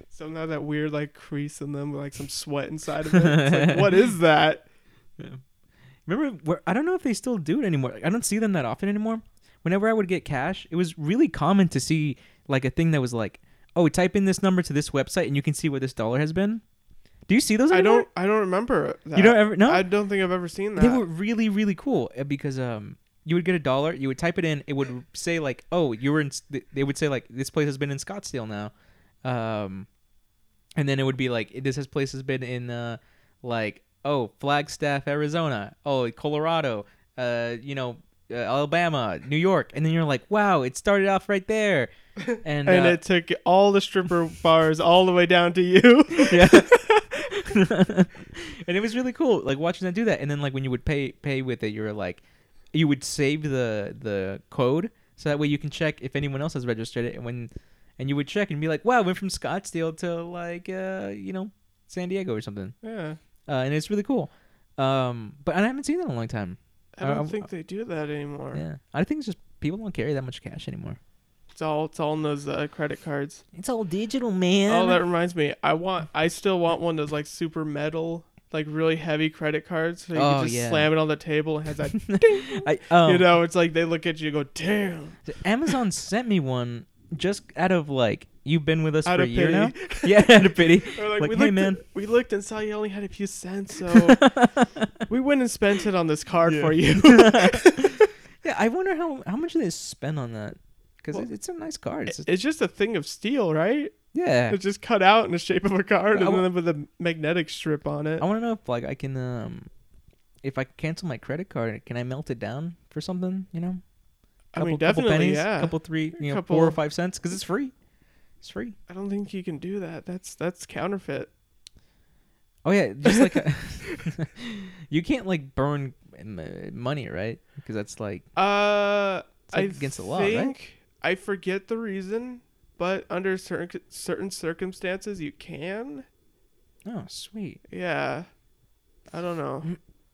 [SPEAKER 2] Some have that weird like crease in them, with, like some sweat inside of it. It's like, what is that?
[SPEAKER 1] Remember, where, I don't know if they still do it anymore. I don't see them that often anymore. Whenever I would get cash, it was really common to see like a thing that was like, "Oh, type in this number to this website, and you can see where this dollar has been." Do you see those?
[SPEAKER 2] I
[SPEAKER 1] anymore?
[SPEAKER 2] don't. I don't remember. That.
[SPEAKER 1] You don't ever no.
[SPEAKER 2] I don't think I've ever seen that.
[SPEAKER 1] they were really really cool uh, because um you would get a dollar you would type it in it
[SPEAKER 2] Mm.
[SPEAKER 1] would say like oh you were in S- th- they would say like this place has been in scottsdale now um and then it would be like this has place has been in uh like oh flagstaff arizona oh colorado uh you know uh, alabama new york and then you're like wow it started off right there and,
[SPEAKER 2] and
[SPEAKER 1] uh,
[SPEAKER 2] it took all the stripper bars all the way down to you.
[SPEAKER 1] yeah. and it was really cool, like watching them do that. And then like when you would pay pay with it, you were like, you would save the the code so that way you can check if anyone else has registered it. And when and you would check and be like, wow, it went from Scottsdale to like uh you know San Diego or something.
[SPEAKER 2] yeah,
[SPEAKER 1] Uh, and it's really cool. Um, but I haven't seen that in a long time.
[SPEAKER 2] I
[SPEAKER 1] Uh,
[SPEAKER 2] don't
[SPEAKER 1] I-
[SPEAKER 2] think they do that anymore.
[SPEAKER 1] Yeah, I think it's just people don't carry that much cash anymore.
[SPEAKER 2] It's all it's all in those uh, credit cards.
[SPEAKER 1] It's all digital, man.
[SPEAKER 2] Oh, that reminds me. I want. I still want one of those like super metal, like really heavy credit cards. So you
[SPEAKER 1] Oh,
[SPEAKER 2] can just
[SPEAKER 1] yeah.
[SPEAKER 2] slam it on the table and has that.
[SPEAKER 1] I, um,
[SPEAKER 2] you know, it's like they look at you and go, "Damn."
[SPEAKER 1] So Amazon sent me one just out of like you've been with us
[SPEAKER 2] Out
[SPEAKER 1] for a
[SPEAKER 2] of
[SPEAKER 1] year
[SPEAKER 2] pity.
[SPEAKER 1] now. Yeah, out of pity.
[SPEAKER 2] They're
[SPEAKER 1] Like,
[SPEAKER 2] we
[SPEAKER 1] "Hey,
[SPEAKER 2] looked
[SPEAKER 1] man."
[SPEAKER 2] at- we looked and saw you only had a few cents, so we went and spent it on this card for you.
[SPEAKER 1] Yeah, I wonder how how much they spent on that because
[SPEAKER 2] Well,
[SPEAKER 1] it, it's a nice card. It's just-
[SPEAKER 2] it's just a thing of steel, right?
[SPEAKER 1] yeah,
[SPEAKER 2] It's just cut out in the shape of a card
[SPEAKER 1] I
[SPEAKER 2] and
[SPEAKER 1] wa-
[SPEAKER 2] then with a magnetic strip on it.
[SPEAKER 1] I want to know if like I can um if I cancel my credit card, can I melt it down for something? You know,
[SPEAKER 2] I mean, definitely,
[SPEAKER 1] pennies,
[SPEAKER 2] yeah.
[SPEAKER 1] couple three, you know,
[SPEAKER 2] Couple-
[SPEAKER 1] four or five cents because it's free. It's free.
[SPEAKER 2] I don't think you can do that. That's that's counterfeit.
[SPEAKER 1] Oh yeah, just like a- you can't like burn m- money, right? Because that's like
[SPEAKER 2] Uh,
[SPEAKER 1] It's, like,
[SPEAKER 2] I
[SPEAKER 1] against the
[SPEAKER 2] think,
[SPEAKER 1] law, right?
[SPEAKER 2] I forget the reason, but under certain certain circumstances, you can.
[SPEAKER 1] oh sweet.
[SPEAKER 2] Yeah, I don't know.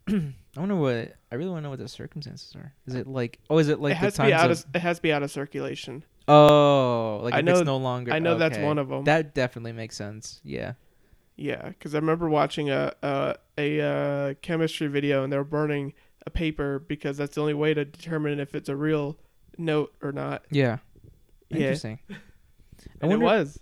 [SPEAKER 1] I wonder what I really want to know what the circumstances are. Is it like oh is it like
[SPEAKER 2] it
[SPEAKER 1] the
[SPEAKER 2] has to
[SPEAKER 1] times
[SPEAKER 2] be out
[SPEAKER 1] of,
[SPEAKER 2] of it has to be out of circulation.
[SPEAKER 1] oh like
[SPEAKER 2] I
[SPEAKER 1] if
[SPEAKER 2] know-
[SPEAKER 1] it's no longer
[SPEAKER 2] I know that's
[SPEAKER 1] okay.
[SPEAKER 2] one of them.
[SPEAKER 1] That definitely makes sense. Yeah.
[SPEAKER 2] Yeah, because I remember watching a a, a uh, chemistry video and they were burning a paper because that's the only way to determine if it's a real note or not.
[SPEAKER 1] Yeah.
[SPEAKER 2] Yeah.
[SPEAKER 1] Interesting. I
[SPEAKER 2] And
[SPEAKER 1] wonder
[SPEAKER 2] it was.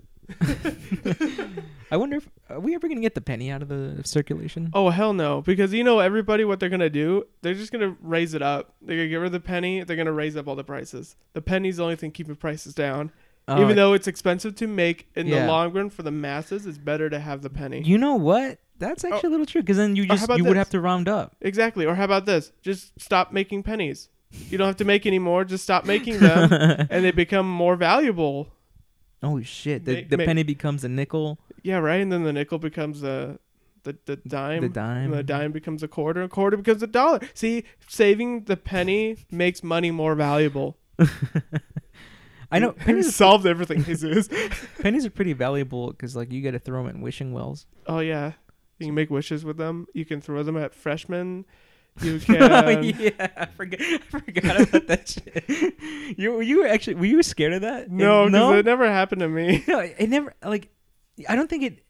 [SPEAKER 1] I wonder if are we ever going to get the penny out of the circulation?
[SPEAKER 2] Oh hell no! Because you know everybody, what they're gonna do? They're just gonna raise it up. They're gonna get rid of the penny. They're gonna raise up all the prices. The penny's the only thing keeping prices down.
[SPEAKER 1] Oh,
[SPEAKER 2] Even though it's expensive to make in
[SPEAKER 1] Yeah.
[SPEAKER 2] the long run for the masses, it's better to have the penny.
[SPEAKER 1] you know what? That's actually a little true because then you
[SPEAKER 2] Oh. how
[SPEAKER 1] just
[SPEAKER 2] about
[SPEAKER 1] you would
[SPEAKER 2] this?
[SPEAKER 1] have to round up.
[SPEAKER 2] exactly. Or how about this? Just stop making pennies. You don't have to make any more. Just stop making them, and they become more valuable.
[SPEAKER 1] Oh shit! The,
[SPEAKER 2] Make-
[SPEAKER 1] the
[SPEAKER 2] make-
[SPEAKER 1] penny becomes a nickel.
[SPEAKER 2] Yeah, right. And then the nickel becomes a the the dime.
[SPEAKER 1] The dime.
[SPEAKER 2] And the dime becomes a quarter. A quarter becomes a dollar. See, saving the penny makes money more valuable.
[SPEAKER 1] I know
[SPEAKER 2] You
[SPEAKER 1] pennies.
[SPEAKER 2] solved everything, Jesus.
[SPEAKER 1] pennies are pretty valuable because like you got to throw them in wishing wells.
[SPEAKER 2] oh yeah, you can make wishes with them. You can throw them at freshmen. You can.
[SPEAKER 1] yeah, I forgot, I forgot about that shit. You you were actually were you scared of that?
[SPEAKER 2] no,
[SPEAKER 1] It-
[SPEAKER 2] because
[SPEAKER 1] no,
[SPEAKER 2] it never happened to me.
[SPEAKER 1] no. It never like I don't think it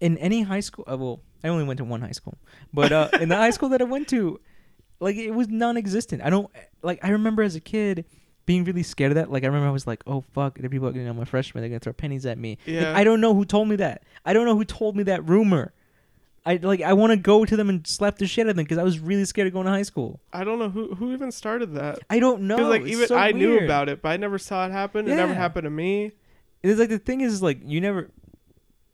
[SPEAKER 1] in any high school. Uh, well, I only went to one high school, but uh, in the high school that I went to, like it was non-existent. I don't like. I remember as a kid being really scared of that. Like I remember I was like, oh fuck, the people are gonna I'm a freshman. They're gonna throw pennies at me. Like,
[SPEAKER 2] Yeah.
[SPEAKER 1] I don't know who told me that. I don't know who told me that rumor. I like I want to go to them and slap the shit out of them because I was really scared of going to high school.
[SPEAKER 2] I don't know who who even started that.
[SPEAKER 1] I don't know.
[SPEAKER 2] Because like
[SPEAKER 1] it's
[SPEAKER 2] even
[SPEAKER 1] so
[SPEAKER 2] I knew
[SPEAKER 1] weird.
[SPEAKER 2] about it, but I never saw it happen. It never
[SPEAKER 1] Yeah.
[SPEAKER 2] happened to me.
[SPEAKER 1] It's like the thing is like you never,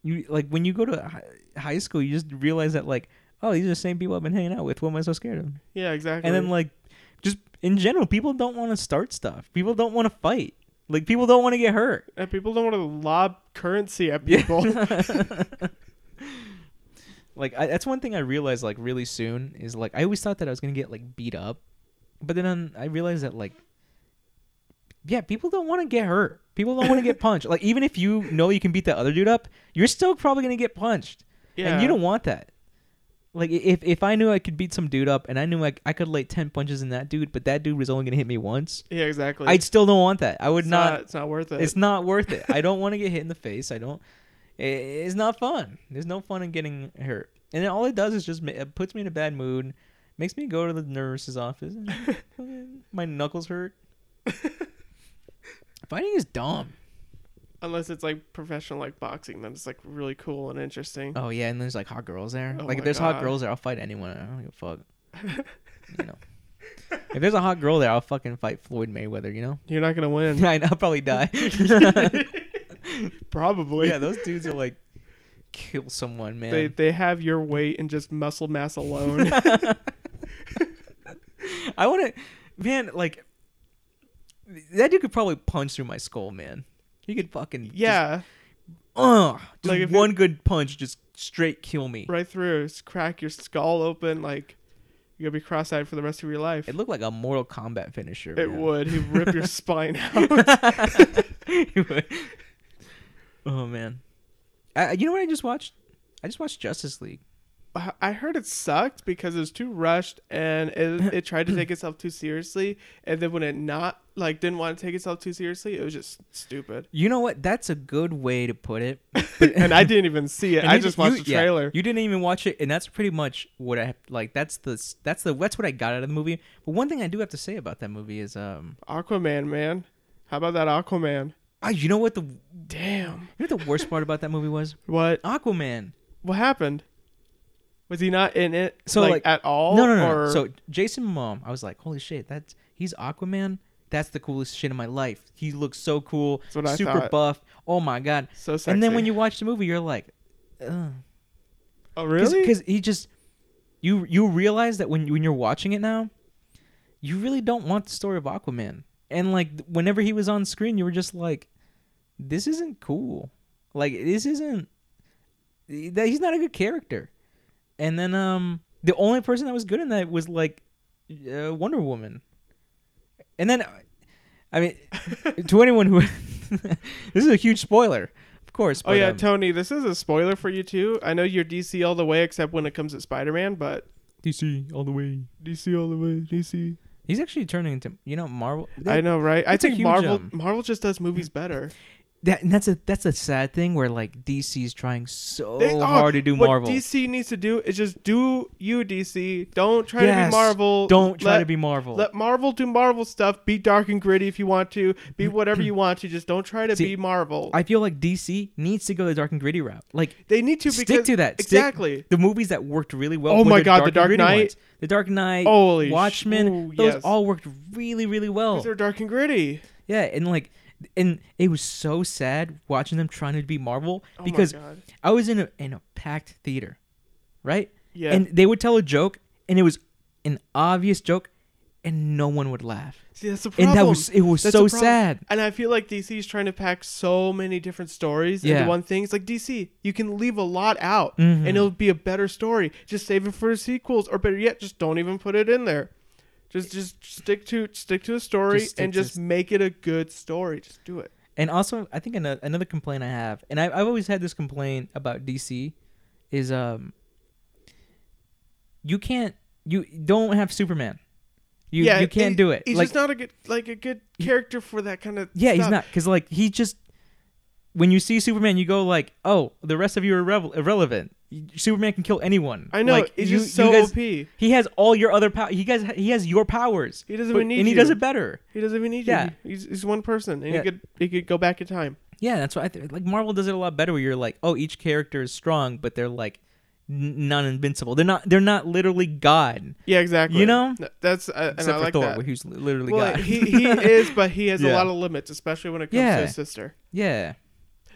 [SPEAKER 1] you like when you go to hi- high school, you just realize that like, oh, these are the same people I've been hanging out with. What am I so scared of?
[SPEAKER 2] Yeah, exactly.
[SPEAKER 1] And then like, just in general, people don't want to start stuff. People don't want to fight. Like people don't want to get hurt.
[SPEAKER 2] And people don't want to lob currency at people.
[SPEAKER 1] like I, that's one thing I realized like really soon is like I always thought that I was gonna get like beat up, but then um, I realized that like yeah, people don't want to get hurt. People don't want to get punched. Like even if you know you can beat that other dude up, you're still probably gonna get punched,
[SPEAKER 2] yeah.
[SPEAKER 1] and you don't want that. Like i- if if I knew I could beat some dude up and I knew I, I could lay ten punches in that dude, but that dude was only gonna hit me once,
[SPEAKER 2] Yeah, exactly.
[SPEAKER 1] I still don't want that. I would
[SPEAKER 2] it's
[SPEAKER 1] not.
[SPEAKER 2] It's not uh, worth it.
[SPEAKER 1] It's not worth it. I don't want to get hit in the face. I don't. i- It's not fun. There's no fun in getting hurt. And then all it does is just ma- it puts me in a bad mood, makes me go to the nurse's office. and my knuckles hurt. Fighting is dumb.
[SPEAKER 2] Unless it's like professional, like boxing, then it's like really cool and interesting.
[SPEAKER 1] Oh yeah, and there's like hot girls there.
[SPEAKER 2] Oh
[SPEAKER 1] like
[SPEAKER 2] my
[SPEAKER 1] if there's hot
[SPEAKER 2] God.
[SPEAKER 1] girls there, I'll fight anyone. I don't give a fuck. you know. If there's a hot girl there, I'll fucking fight Floyd Mayweather. You know.
[SPEAKER 2] You're not gonna win,
[SPEAKER 1] I'll probably die.
[SPEAKER 2] probably.
[SPEAKER 1] yeah, those dudes are like kill someone, man.
[SPEAKER 2] they they have your weight and just muscle mass alone.
[SPEAKER 1] I want to, man. Like that dude could probably punch through my skull, man. He could fucking Just,
[SPEAKER 2] yeah,
[SPEAKER 1] ugh, just
[SPEAKER 2] Like, if
[SPEAKER 1] one good punch, just straight kill me.
[SPEAKER 2] right through. Just crack your skull open. Like you're gonna be cross-eyed for the rest of your life.
[SPEAKER 1] It
[SPEAKER 2] It,
[SPEAKER 1] looked like a Mortal Kombat finisher. man.
[SPEAKER 2] would. He'd rip your spine out.
[SPEAKER 1] It would. Oh man, I, you know what I just watched? I just watched Justice League.
[SPEAKER 2] I- I heard it sucked because it was too rushed and it, it tried to take itself too seriously. And then when it not like didn't want to take itself too seriously, it was just stupid.
[SPEAKER 1] You know what? That's a good way to put it.
[SPEAKER 2] and I didn't even see it.
[SPEAKER 1] And
[SPEAKER 2] I
[SPEAKER 1] you
[SPEAKER 2] just
[SPEAKER 1] di-
[SPEAKER 2] watched
[SPEAKER 1] you-
[SPEAKER 2] the
[SPEAKER 1] yeah,
[SPEAKER 2] trailer.
[SPEAKER 1] you didn't even watch it, and that's pretty much what I have, like. That's the s- that's the that's what I got out of the movie. But one thing I do have to say about that movie is, um,
[SPEAKER 2] Aquaman, man. How about that Aquaman?
[SPEAKER 1] ah, you know what the you
[SPEAKER 2] Damn.
[SPEAKER 1] know what the worst part about that movie was
[SPEAKER 2] What?
[SPEAKER 1] Aquaman.
[SPEAKER 2] What happened? Was he not in it?
[SPEAKER 1] So,
[SPEAKER 2] like,
[SPEAKER 1] like-
[SPEAKER 2] at all?
[SPEAKER 1] no, no, no.
[SPEAKER 2] Or,
[SPEAKER 1] So Jason Momoa, I was like, holy shit, that's he's Aquaman. That's the coolest shit in my life. He looks so cool,
[SPEAKER 2] That's what I
[SPEAKER 1] super
[SPEAKER 2] thought.
[SPEAKER 1] buff. Oh my god!
[SPEAKER 2] so sexy.
[SPEAKER 1] And then when you watch the movie, you're like, Ugh.
[SPEAKER 2] oh really?
[SPEAKER 1] Because he just you you realize that when when you're watching it now, you really don't want the story of Aquaman. And like whenever he was on screen, you were just like, this isn't cool. Like this isn't that he's not a good character. And then um the only person that was good in that was like uh, Wonder Woman. And then I mean to anyone who this is a huge spoiler, of course.
[SPEAKER 2] oh
[SPEAKER 1] but,
[SPEAKER 2] yeah,
[SPEAKER 1] um,
[SPEAKER 2] Tony. This is a spoiler for you too. I know you're DC all the way, except when it comes to Spider-Man. But
[SPEAKER 1] DC all the way.
[SPEAKER 2] DC all the way, DC.
[SPEAKER 1] He's actually turning into you know Marvel.
[SPEAKER 2] I know, right? I
[SPEAKER 1] it's a
[SPEAKER 2] think
[SPEAKER 1] huge,
[SPEAKER 2] Marvel
[SPEAKER 1] um,
[SPEAKER 2] Marvel just does movies better.
[SPEAKER 1] that and that's a that's a sad thing where like DC's trying so
[SPEAKER 2] They- oh,
[SPEAKER 1] hard to do
[SPEAKER 2] what
[SPEAKER 1] Marvel.
[SPEAKER 2] DC needs to do is just do you DC. Don't try to be
[SPEAKER 1] Yes,
[SPEAKER 2] Marvel.
[SPEAKER 1] Don't try
[SPEAKER 2] Let-
[SPEAKER 1] to be Marvel.
[SPEAKER 2] Let Marvel do Marvel stuff. Be dark and gritty if you want to. Be whatever you want to. Just don't try to
[SPEAKER 1] Mm-hmm. See,
[SPEAKER 2] be Marvel.
[SPEAKER 1] I feel like DC needs to go the dark and gritty route. Like
[SPEAKER 2] they need to
[SPEAKER 1] stick
[SPEAKER 2] because,
[SPEAKER 1] to that. Stick- Oh.
[SPEAKER 2] exactly.
[SPEAKER 1] the movies that worked really well.
[SPEAKER 2] Oh
[SPEAKER 1] were
[SPEAKER 2] my God, The
[SPEAKER 1] and
[SPEAKER 2] Dark
[SPEAKER 1] gritty
[SPEAKER 2] Knight.
[SPEAKER 1] ones. The Dark Knight.
[SPEAKER 2] Holy sh-
[SPEAKER 1] Watchmen.
[SPEAKER 2] ooh,
[SPEAKER 1] those
[SPEAKER 2] yes.
[SPEAKER 1] all worked really really well.
[SPEAKER 2] Because they're dark and gritty. Oh
[SPEAKER 1] Yeah, and like, and it was so sad watching them trying to be Marvel
[SPEAKER 2] Oh my
[SPEAKER 1] because
[SPEAKER 2] God.
[SPEAKER 1] I was in a in a packed theater, right?
[SPEAKER 2] Yeah.
[SPEAKER 1] And they would tell a joke, and it was an obvious joke, and no one would laugh.
[SPEAKER 2] See, that's the problem.
[SPEAKER 1] And that was- it was
[SPEAKER 2] That's
[SPEAKER 1] so
[SPEAKER 2] the problem.
[SPEAKER 1] sad.
[SPEAKER 2] And I feel like DC is trying to pack so many different stories
[SPEAKER 1] Yeah.
[SPEAKER 2] into one thing. It's like DC, you can leave a lot out,
[SPEAKER 1] Mhm.
[SPEAKER 2] and it'll be a better story. Just save it for sequels, or better yet, just don't even put it in there. Just just stick to stick to a story
[SPEAKER 1] Just stick
[SPEAKER 2] and
[SPEAKER 1] to
[SPEAKER 2] just
[SPEAKER 1] s-
[SPEAKER 2] make it a good story. Just do it.
[SPEAKER 1] And also, I think ano- another complaint I have, and I, I've always had this complaint about DC, is um, you can't, you don't have Superman, you you can't
[SPEAKER 2] he-
[SPEAKER 1] do it.
[SPEAKER 2] He's
[SPEAKER 1] Like-
[SPEAKER 2] just not a good like a good character for that kind of.
[SPEAKER 1] Yeah, he's
[SPEAKER 2] stuff.
[SPEAKER 1] not because like he just when you see Superman, you go like, oh, the rest of you are irrevel- irrelevant. Superman can kill anyone.
[SPEAKER 2] I know.
[SPEAKER 1] Like,
[SPEAKER 2] he's
[SPEAKER 1] you-
[SPEAKER 2] just
[SPEAKER 1] you
[SPEAKER 2] so
[SPEAKER 1] guys-
[SPEAKER 2] OP. He
[SPEAKER 1] He has all your other power. He guys, he has your powers.
[SPEAKER 2] doesn't
[SPEAKER 1] but-
[SPEAKER 2] even need
[SPEAKER 1] and he
[SPEAKER 2] you.
[SPEAKER 1] does it better.
[SPEAKER 2] doesn't even need
[SPEAKER 1] Yeah.
[SPEAKER 2] you. He's, he's one person, and
[SPEAKER 1] Yeah.
[SPEAKER 2] he could he could go back in time.
[SPEAKER 1] Yeah, that's what I think. Like Marvel does it a lot better. Where you're like, oh, each character is strong, but they're like n- not invincible. They're not. They're not literally God.
[SPEAKER 2] Yeah, exactly.
[SPEAKER 1] You know?
[SPEAKER 2] Th- that's uh, and
[SPEAKER 1] Except
[SPEAKER 2] I
[SPEAKER 1] for
[SPEAKER 2] like
[SPEAKER 1] Thor,
[SPEAKER 2] that.
[SPEAKER 1] where he's li- literally
[SPEAKER 2] Well,
[SPEAKER 1] God.
[SPEAKER 2] he he is, but he has
[SPEAKER 1] Yeah.
[SPEAKER 2] a lot of limits, especially when it comes
[SPEAKER 1] Yeah.
[SPEAKER 2] to his sister.
[SPEAKER 1] yeah.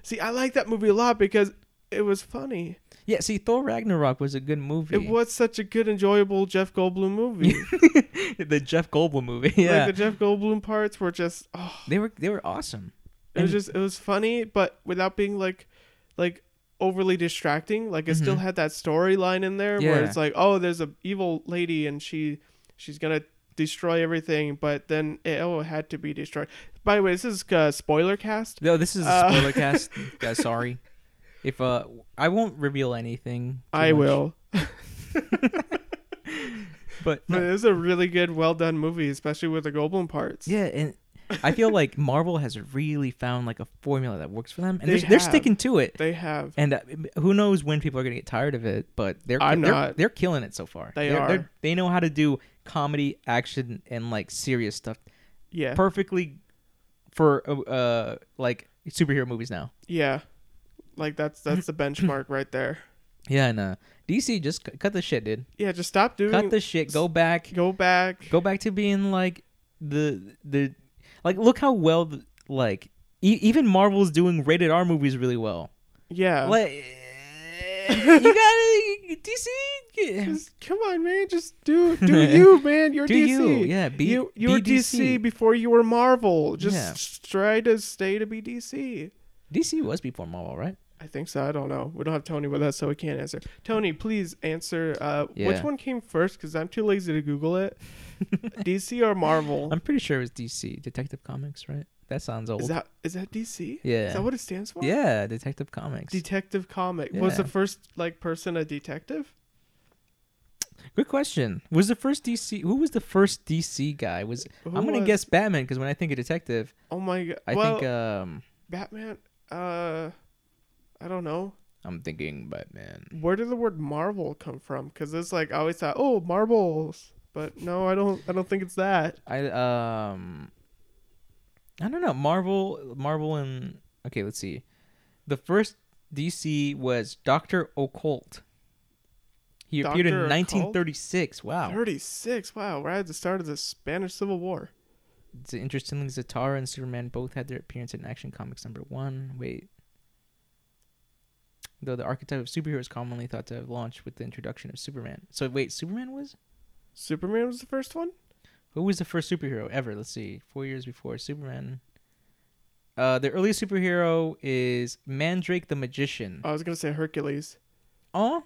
[SPEAKER 2] See, I like that movie a lot because it was funny.
[SPEAKER 1] Yeah, see, Thor Ragnarok was a good movie.
[SPEAKER 2] It was such a good, enjoyable Jeff Goldblum movie.
[SPEAKER 1] the Jeff Goldblum movie. Yeah,
[SPEAKER 2] Like the Jeff Goldblum parts were just oh,
[SPEAKER 1] they were they were awesome.
[SPEAKER 2] it was
[SPEAKER 1] And-
[SPEAKER 2] just it was funny, but without being like like overly distracting. Like it still
[SPEAKER 1] Mhm.
[SPEAKER 2] had that storyline in there where
[SPEAKER 1] Yeah.
[SPEAKER 2] it's like, oh, there's a evil lady and she she's gonna destroy everything, but then it, oh, it had to be destroyed. By the way, this is uh, spoiler cast.
[SPEAKER 1] No, this is a
[SPEAKER 2] Uh,
[SPEAKER 1] spoiler cast. Guys, sorry. If uh, I won't reveal anything. too
[SPEAKER 2] I
[SPEAKER 1] much,
[SPEAKER 2] will.
[SPEAKER 1] But
[SPEAKER 2] But
[SPEAKER 1] no,
[SPEAKER 2] it was a really good, well done movie, especially with the Goldblum parts.
[SPEAKER 1] yeah, and I feel like Marvel has really found like a formula that works for them, and
[SPEAKER 2] They
[SPEAKER 1] they are they're
[SPEAKER 2] have.
[SPEAKER 1] sticking to it.
[SPEAKER 2] They have.
[SPEAKER 1] And uh, who knows when people are gonna get tired of it? But they're
[SPEAKER 2] I'm
[SPEAKER 1] they're,
[SPEAKER 2] not.
[SPEAKER 1] they're killing it so far.
[SPEAKER 2] They
[SPEAKER 1] They're-
[SPEAKER 2] are.
[SPEAKER 1] they're- they know how to do comedy, action, and like serious stuff
[SPEAKER 2] Yeah.
[SPEAKER 1] perfectly for uh, uh like superhero movies now.
[SPEAKER 2] yeah. Like that's that's the benchmark right there.
[SPEAKER 1] Yeah, and uh, DC just c- cut the shit, dude.
[SPEAKER 2] Yeah, just stop doing
[SPEAKER 1] Cut the shit. Go back.
[SPEAKER 2] go back.
[SPEAKER 1] go back to being like the the like look how well the, like e- even Marvel's doing rated R movies really well.
[SPEAKER 2] yeah.
[SPEAKER 1] Like you gotta DC
[SPEAKER 2] Just- come on, man. Just do do you, man. You're
[SPEAKER 1] do
[SPEAKER 2] DC.
[SPEAKER 1] you yeah be
[SPEAKER 2] you you
[SPEAKER 1] be
[SPEAKER 2] were DC before you were Marvel. Just
[SPEAKER 1] Yeah.
[SPEAKER 2] s- try to stay to be DC.
[SPEAKER 1] DC was before Marvel right
[SPEAKER 2] I think so. I don't know. We don't have Tony with us, so we can't answer. Tony, please answer. Uh, Which
[SPEAKER 1] Yeah.
[SPEAKER 2] one came first? Because I'm too lazy to Google it. DC or Marvel?
[SPEAKER 1] I'm pretty sure it was DC Detective Comics right that sounds old
[SPEAKER 2] Oh. Is that is that DC?
[SPEAKER 1] yeah
[SPEAKER 2] Is that what it stands for?
[SPEAKER 1] yeah Detective Comics
[SPEAKER 2] Detective comic was the
[SPEAKER 1] Yeah.
[SPEAKER 2] first like person a detective.
[SPEAKER 1] good question was the first DC who was the first DC guy was
[SPEAKER 2] Who
[SPEAKER 1] I'm gonna
[SPEAKER 2] was-
[SPEAKER 1] guess Batman because when I think of detective
[SPEAKER 2] Oh my god!
[SPEAKER 1] I
[SPEAKER 2] well,
[SPEAKER 1] think um
[SPEAKER 2] Batman. Uh, I don't know.
[SPEAKER 1] I'm thinking Batman
[SPEAKER 2] where did the word Marvel come from? Because it's like I always thought, oh, marbles, but no, I don't. I don't think it's that.
[SPEAKER 1] I um I don't know. Marvel Marvel and okay, let's see. The first DC was Doctor Occult. He appeared in
[SPEAKER 2] Dr. Occult?
[SPEAKER 1] 1936. Wow.
[SPEAKER 2] Thirty-six. Wow, right at the start of the Spanish Civil War.
[SPEAKER 1] It's interestingly, Zatara and Superman both had their appearance in Action Comics number one. Wait. Though the archetype of superhero is commonly thought to have launched with the introduction of Superman. So wait, Superman was?
[SPEAKER 2] Superman was the first one.
[SPEAKER 1] Who was the first superhero ever? Let's see. Four years before Superman. Uh, the earliest superhero is Mandrake the Magician.
[SPEAKER 2] I was gonna say Hercules.
[SPEAKER 1] Oh,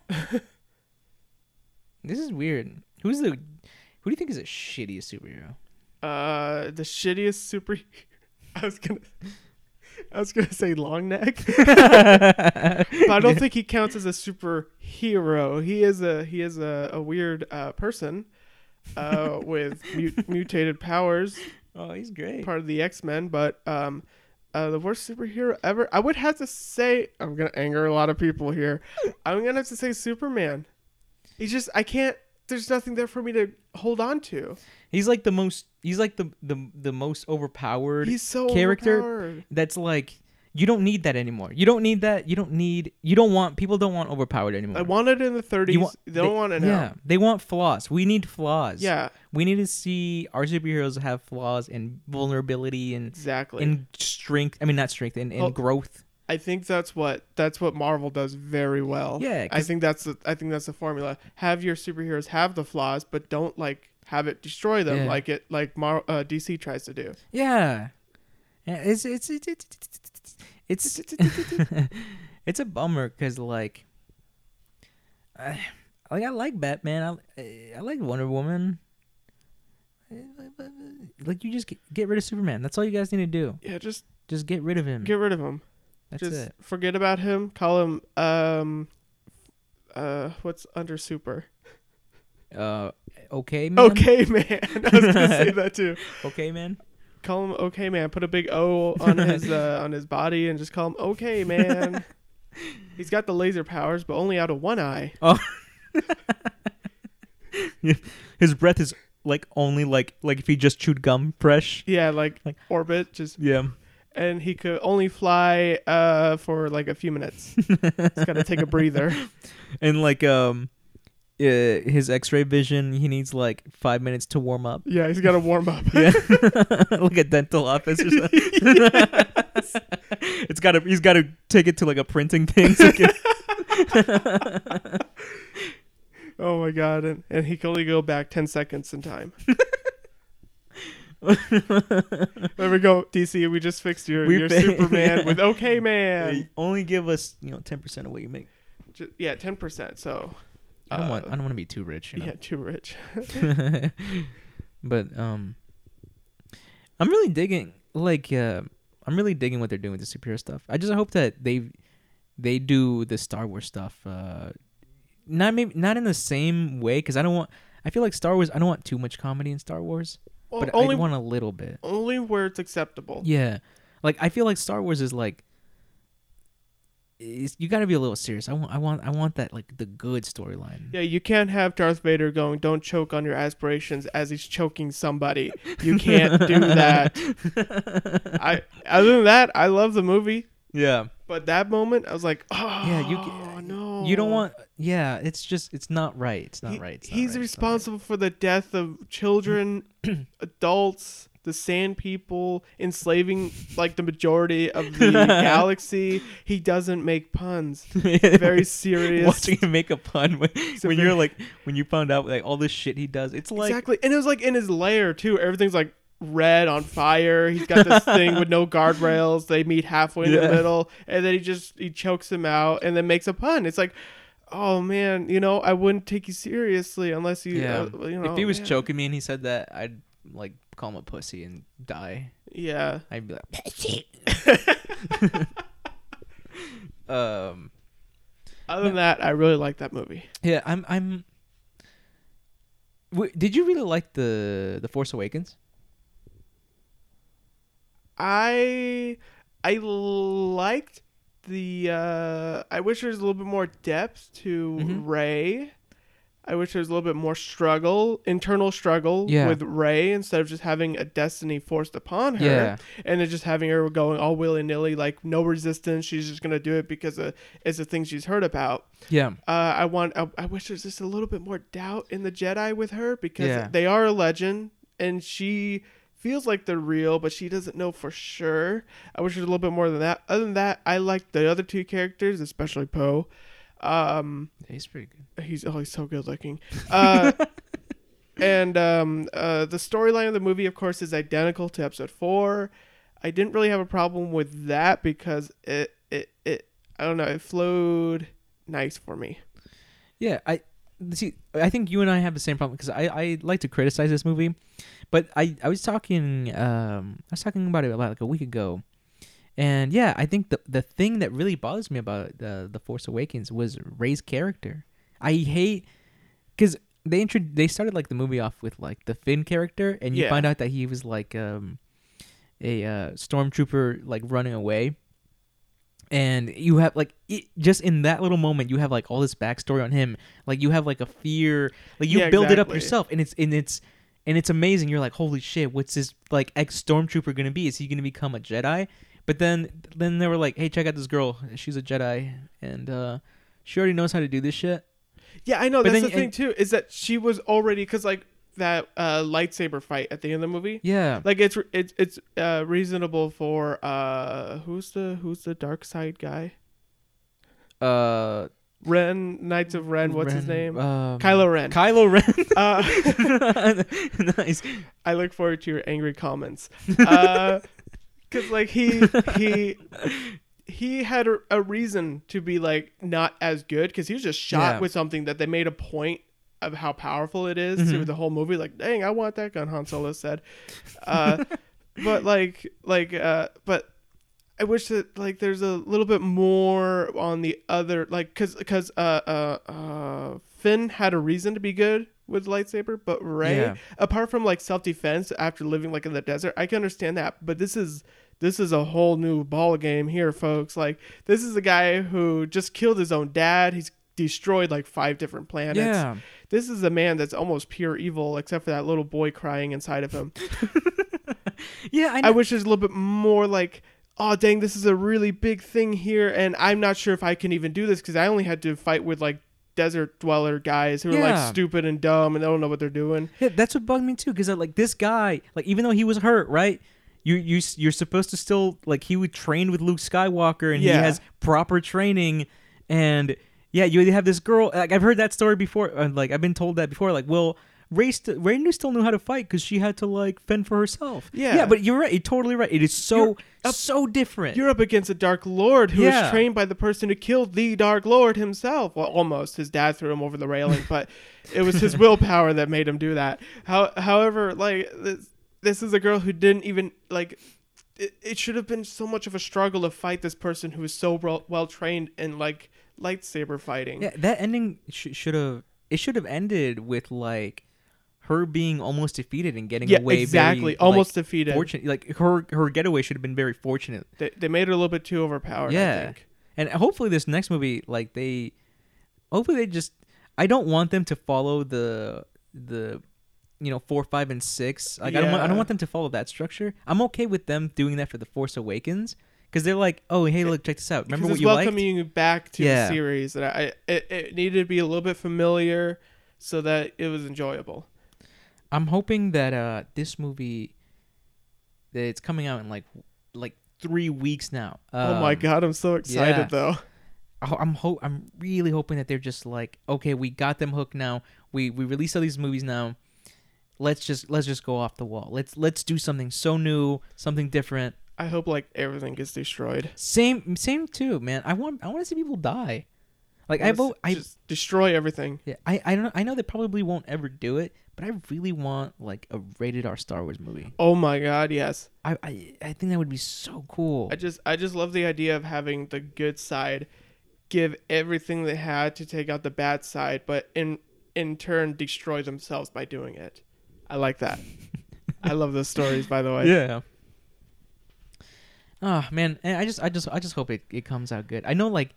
[SPEAKER 1] this is weird. Who's the? Who do you think is the shittiest superhero?
[SPEAKER 2] Uh, the shittiest super. I was gonna. I was gonna say long neck, but I don't think he counts as a superhero. He is a he is a, a weird uh, person, uh, with mut- mutated powers.
[SPEAKER 1] Oh, he's great.
[SPEAKER 2] part of the X Men, but um, uh, the worst superhero ever. I would have to say I'm gonna anger a lot of people here. I'm gonna have to say Superman. He's just I can't. There's nothing there for me to hold on to.
[SPEAKER 1] He's like the most. He's like the the the most overpowered.
[SPEAKER 2] He's so
[SPEAKER 1] Character-
[SPEAKER 2] overpowered.
[SPEAKER 1] that's like you don't need that anymore. You don't need that. You don't need. You don't want people don't want overpowered anymore.
[SPEAKER 2] I want it in the 30s.
[SPEAKER 1] You want-
[SPEAKER 2] they don't want it now.
[SPEAKER 1] Yeah, they want flaws. We need flaws.
[SPEAKER 2] Yeah,
[SPEAKER 1] We need to see our superheroes have flaws and vulnerability and
[SPEAKER 2] exactly.
[SPEAKER 1] and strength. I mean, not strength and, and
[SPEAKER 2] Well-
[SPEAKER 1] growth.
[SPEAKER 2] I think that's what that's what Marvel does very well.
[SPEAKER 1] Yeah,
[SPEAKER 2] I
[SPEAKER 1] 'cause-
[SPEAKER 2] think that's the, I think that's the formula. Have your superheroes have the flaws, but don't like have it destroy them
[SPEAKER 1] Yeah.
[SPEAKER 2] like it like Mar- uh, DC tries to do.
[SPEAKER 1] Yeah, Yeah, it's it's it's it's it's it's, it's a bummer because like, I, like I like Batman. I I like Wonder Woman. Like you just get, get rid of Superman. That's all you guys need to do.
[SPEAKER 2] Yeah, just
[SPEAKER 1] Just get rid of him.
[SPEAKER 2] Get rid of him.
[SPEAKER 1] Mm. That's
[SPEAKER 2] Just
[SPEAKER 1] it.
[SPEAKER 2] forget about him. Call him um uh what's under super?
[SPEAKER 1] Uh, okay, man.
[SPEAKER 2] Okay man. I was gonna say that too.
[SPEAKER 1] okay, man.
[SPEAKER 2] Call him okay man. Put a big O on his uh, on his body and just call him okay man. He's got the laser powers, but only out of one eye.
[SPEAKER 1] His breath is like only like like if he just chewed gum fresh.
[SPEAKER 2] Yeah, like,
[SPEAKER 1] Like-
[SPEAKER 2] orbit just
[SPEAKER 1] Yeah.
[SPEAKER 2] and he could only fly uh for like a few minutes. He's gotta take a breather.
[SPEAKER 1] and like um uh, his x-ray vision he needs like five minutes to warm up
[SPEAKER 2] Yeah, he's gotta warm up.
[SPEAKER 1] yeah like a dental office or something it's gotta he's gotta take it to like a printing thing so it can-
[SPEAKER 2] Oh my god! And, and he could only go back ten seconds in time. there we go, DC. We just fixed your,
[SPEAKER 1] We
[SPEAKER 2] your
[SPEAKER 1] fi-
[SPEAKER 2] Superman with okay, man.
[SPEAKER 1] Only give us, you know, ten percent of what you make.
[SPEAKER 2] Ju- yeah, ten percent. So
[SPEAKER 1] I don't
[SPEAKER 2] uh,
[SPEAKER 1] want. I don't want to be too rich. You know?
[SPEAKER 2] yeah, too rich.
[SPEAKER 1] but um I'm really digging like uh I'm really digging what they're doing with the superhero stuff. I just hope that they they do the Star Wars stuff uh not maybe not in the same way cuz I don't want I feel like Star Wars I don't want too much comedy in Star Wars,
[SPEAKER 2] Well,
[SPEAKER 1] but
[SPEAKER 2] only
[SPEAKER 1] I want a little bit.
[SPEAKER 2] only where it's acceptable.
[SPEAKER 1] Yeah. Like I feel like Star Wars is like is- you got to be a little serious. I want I want I want that like the good storyline.
[SPEAKER 2] Yeah, you can't have Darth Vader going, "Don't choke on your aspirations" as he's choking somebody. You can't do that. I other than that, I love the movie,
[SPEAKER 1] Yeah.
[SPEAKER 2] but that moment, I was like, "Oh,
[SPEAKER 1] Yeah, you
[SPEAKER 2] oh,
[SPEAKER 1] can,
[SPEAKER 2] no,
[SPEAKER 1] You don't want. Yeah, it's just it's not right. It's not
[SPEAKER 2] He-
[SPEAKER 1] right. It's not
[SPEAKER 2] he's
[SPEAKER 1] right, it's not right.
[SPEAKER 2] responsible for the death of children, adults, the Sand People, enslaving like the majority of the galaxy. He doesn't make puns. Very serious.
[SPEAKER 1] Watching him make a pun when,
[SPEAKER 2] So
[SPEAKER 1] when
[SPEAKER 2] very-
[SPEAKER 1] you're like when you found out like all this shit he does. It's like
[SPEAKER 2] exactly. And it was like in his lair too. Everything's like red on fire. He's got this thing with no guardrails. They meet halfway in
[SPEAKER 1] Yeah.
[SPEAKER 2] the middle, and then he just he chokes him out, and then makes a pun. It's like, oh man, you know, I wouldn't take you seriously unless you,
[SPEAKER 1] yeah.
[SPEAKER 2] uh, you know,
[SPEAKER 1] if he was
[SPEAKER 2] man.
[SPEAKER 1] choking me and he said that, I'd like call him a pussy and die.
[SPEAKER 2] yeah.
[SPEAKER 1] I'd be like pussy. um.
[SPEAKER 2] Other than that, I really like that movie.
[SPEAKER 1] Yeah. I'm. I'm. W- did you really like the the Force Awakens?
[SPEAKER 2] I I liked the. Uh, I wish there was a little bit more depth to
[SPEAKER 1] Mhm.
[SPEAKER 2] Ray. I wish there was a little bit more struggle, internal struggle
[SPEAKER 1] Yeah.
[SPEAKER 2] with Ray instead of just having a destiny forced upon her,
[SPEAKER 1] Yeah.
[SPEAKER 2] and then just having her going all willy nilly, like no resistance. She's just gonna do it because of, it's the thing she's heard about.
[SPEAKER 1] Yeah.
[SPEAKER 2] Uh, I want. I, I wish there's just a little bit more doubt in the Jedi with her because
[SPEAKER 1] Yeah.
[SPEAKER 2] they are a legend, and she feels like they're real, but she doesn't know for sure. I wish there's a little bit more than that. Other than that, I like the other two characters, especially Poe. Um,
[SPEAKER 1] He's pretty good.
[SPEAKER 2] he's oh, he's so good looking. Uh, and um, uh, the storyline of the movie, of course, is identical to Episode Four. I didn't really have a problem with that because it it it I don't know it flowed nice for me.
[SPEAKER 1] Yeah, I see. I think you and I have the same problem because I, I like to criticize this movie, but I, I was talking um I was talking about it about like a week ago, and yeah, I think the the thing that really bothers me about the the Force Awakens was Ray's character. I hate because they intro they started like the movie off with like the Finn character, and you
[SPEAKER 2] Yeah.
[SPEAKER 1] find out that he was like um a uh, stormtrooper like running away and you have like it, just in that little moment you have like all this backstory on him like you have like a fear like you
[SPEAKER 2] Yeah,
[SPEAKER 1] build it up
[SPEAKER 2] exactly.
[SPEAKER 1] yourself and it's and it's and it's amazing you're like holy shit what's this like ex stormtrooper gonna be is he gonna become a jedi but then then they were like hey check out this girl she's a jedi and uh she already knows how to do this shit
[SPEAKER 2] Yeah, I know.
[SPEAKER 1] But
[SPEAKER 2] That's
[SPEAKER 1] then-
[SPEAKER 2] the thing
[SPEAKER 1] and-
[SPEAKER 2] too is that she was already because like that uh, lightsaber fight at the end of the movie.
[SPEAKER 1] yeah
[SPEAKER 2] Like it's it's it's uh, reasonable for uh who's the who's the dark side guy?
[SPEAKER 1] uh
[SPEAKER 2] Ren Knights of Ren. What's his name?
[SPEAKER 1] um,
[SPEAKER 2] Kylo Ren.
[SPEAKER 1] Kylo
[SPEAKER 2] uh,
[SPEAKER 1] Ren nice
[SPEAKER 2] I look forward to your angry comments. Because like he he he had a, a reason to be like not as good because he was just shot
[SPEAKER 1] Yeah.
[SPEAKER 2] with something that they made a point of how powerful it is
[SPEAKER 1] Mm-hmm.
[SPEAKER 2] through the whole movie. Like, dang, I want that gun. Han Solo said. Uh, but like like uh, but I wish that like there's a little bit more on the other like because because uh, uh uh Finn had a reason to be good with lightsaber, but Ray,
[SPEAKER 1] Yeah.
[SPEAKER 2] apart from like self defense after living like in the desert, I can understand that. But this is this is a whole new ball game here, folks. Like this is a guy who just killed his own dad. He's destroyed like five different planets.
[SPEAKER 1] yeah
[SPEAKER 2] This is a man that's almost pure evil, except for that little boy crying inside of him.
[SPEAKER 1] yeah I,
[SPEAKER 2] I wish there's a little bit more like, oh dang, this is a really big thing here, and I'm not sure if I can even do this because I only had to fight with like desert dweller guys who are
[SPEAKER 1] Yeah.
[SPEAKER 2] like stupid and dumb and they don't know what they're doing.
[SPEAKER 1] Yeah, that's what bugged me too. Because like this guy, like even though he was hurt, right? You you s- you're supposed to still like he would train with Luke Skywalker, and he
[SPEAKER 2] Yeah.
[SPEAKER 1] has proper training, and yeah, you have this girl. Like I've heard that story before. And like I've been told that before. Like, well, Ray, st- Ray knew still knew how to fight because she had to like fend for herself.
[SPEAKER 2] Yeah.
[SPEAKER 1] yeah, but you're right. You're totally right. It is so so different.
[SPEAKER 2] You're up against a Dark Lord who was
[SPEAKER 1] Yeah.
[SPEAKER 2] trained by the person who killed the Dark Lord himself. Well, almost. His dad threw him over the railing, but it was his willpower that made him do that. How, however, like this, this is a girl who didn't even like. It, it should have been so much of a struggle to fight this person who is so well, well trained in like lightsaber fighting.
[SPEAKER 1] Yeah, that ending sh- should have it should have ended with like her being almost defeated and getting
[SPEAKER 2] Yeah,
[SPEAKER 1] away.
[SPEAKER 2] exactly.
[SPEAKER 1] very,
[SPEAKER 2] almost
[SPEAKER 1] like,
[SPEAKER 2] defeated.
[SPEAKER 1] Fortunate, like her her getaway should have been very fortunate.
[SPEAKER 2] They, they made her a little bit too overpowered.
[SPEAKER 1] yeah,
[SPEAKER 2] I think.
[SPEAKER 1] and hopefully this next movie, like they, hopefully they just. I don't want them to follow the the, you know, four, five, and six. Like I don't want I
[SPEAKER 2] Yeah.
[SPEAKER 1] don't want them to follow that structure. I'm okay with them doing that for the Force Awakens because they're like, oh hey look check this out. Remember
[SPEAKER 2] Because
[SPEAKER 1] what
[SPEAKER 2] it's
[SPEAKER 1] you liked?
[SPEAKER 2] welcoming you back to
[SPEAKER 1] Yeah.
[SPEAKER 2] the series, and I it, it needed to be a little bit familiar so that it was enjoyable.
[SPEAKER 1] I'm hoping that uh this movie that it's coming out in like like three weeks now.
[SPEAKER 2] oh my
[SPEAKER 1] Um,
[SPEAKER 2] god, I'm so excited
[SPEAKER 1] yeah.
[SPEAKER 2] though.
[SPEAKER 1] I- I'm ho- I'm really hoping that they're just like, okay, we got them hooked now. We we release all these movies now. Let's just let's just go off the wall. Let's let's do something so new, something different.
[SPEAKER 2] I hope like everything gets destroyed.
[SPEAKER 1] Same same too, man. I want I want to see people die. Like I
[SPEAKER 2] Just-
[SPEAKER 1] vote I
[SPEAKER 2] just destroy everything.
[SPEAKER 1] yeah, I I don't know, I know they probably won't ever do it, but I really want like a rated R Star Wars movie.
[SPEAKER 2] Oh my god, yes.
[SPEAKER 1] I I, I think that would be so cool.
[SPEAKER 2] I just I just love the idea of having the good side give everything they had to take out the bad side, but in in turn destroy themselves by doing it. I like that. I love those stories by the way.
[SPEAKER 1] yeah. Oh man, and I just, I just, I just hope it, it comes out good. I know, like,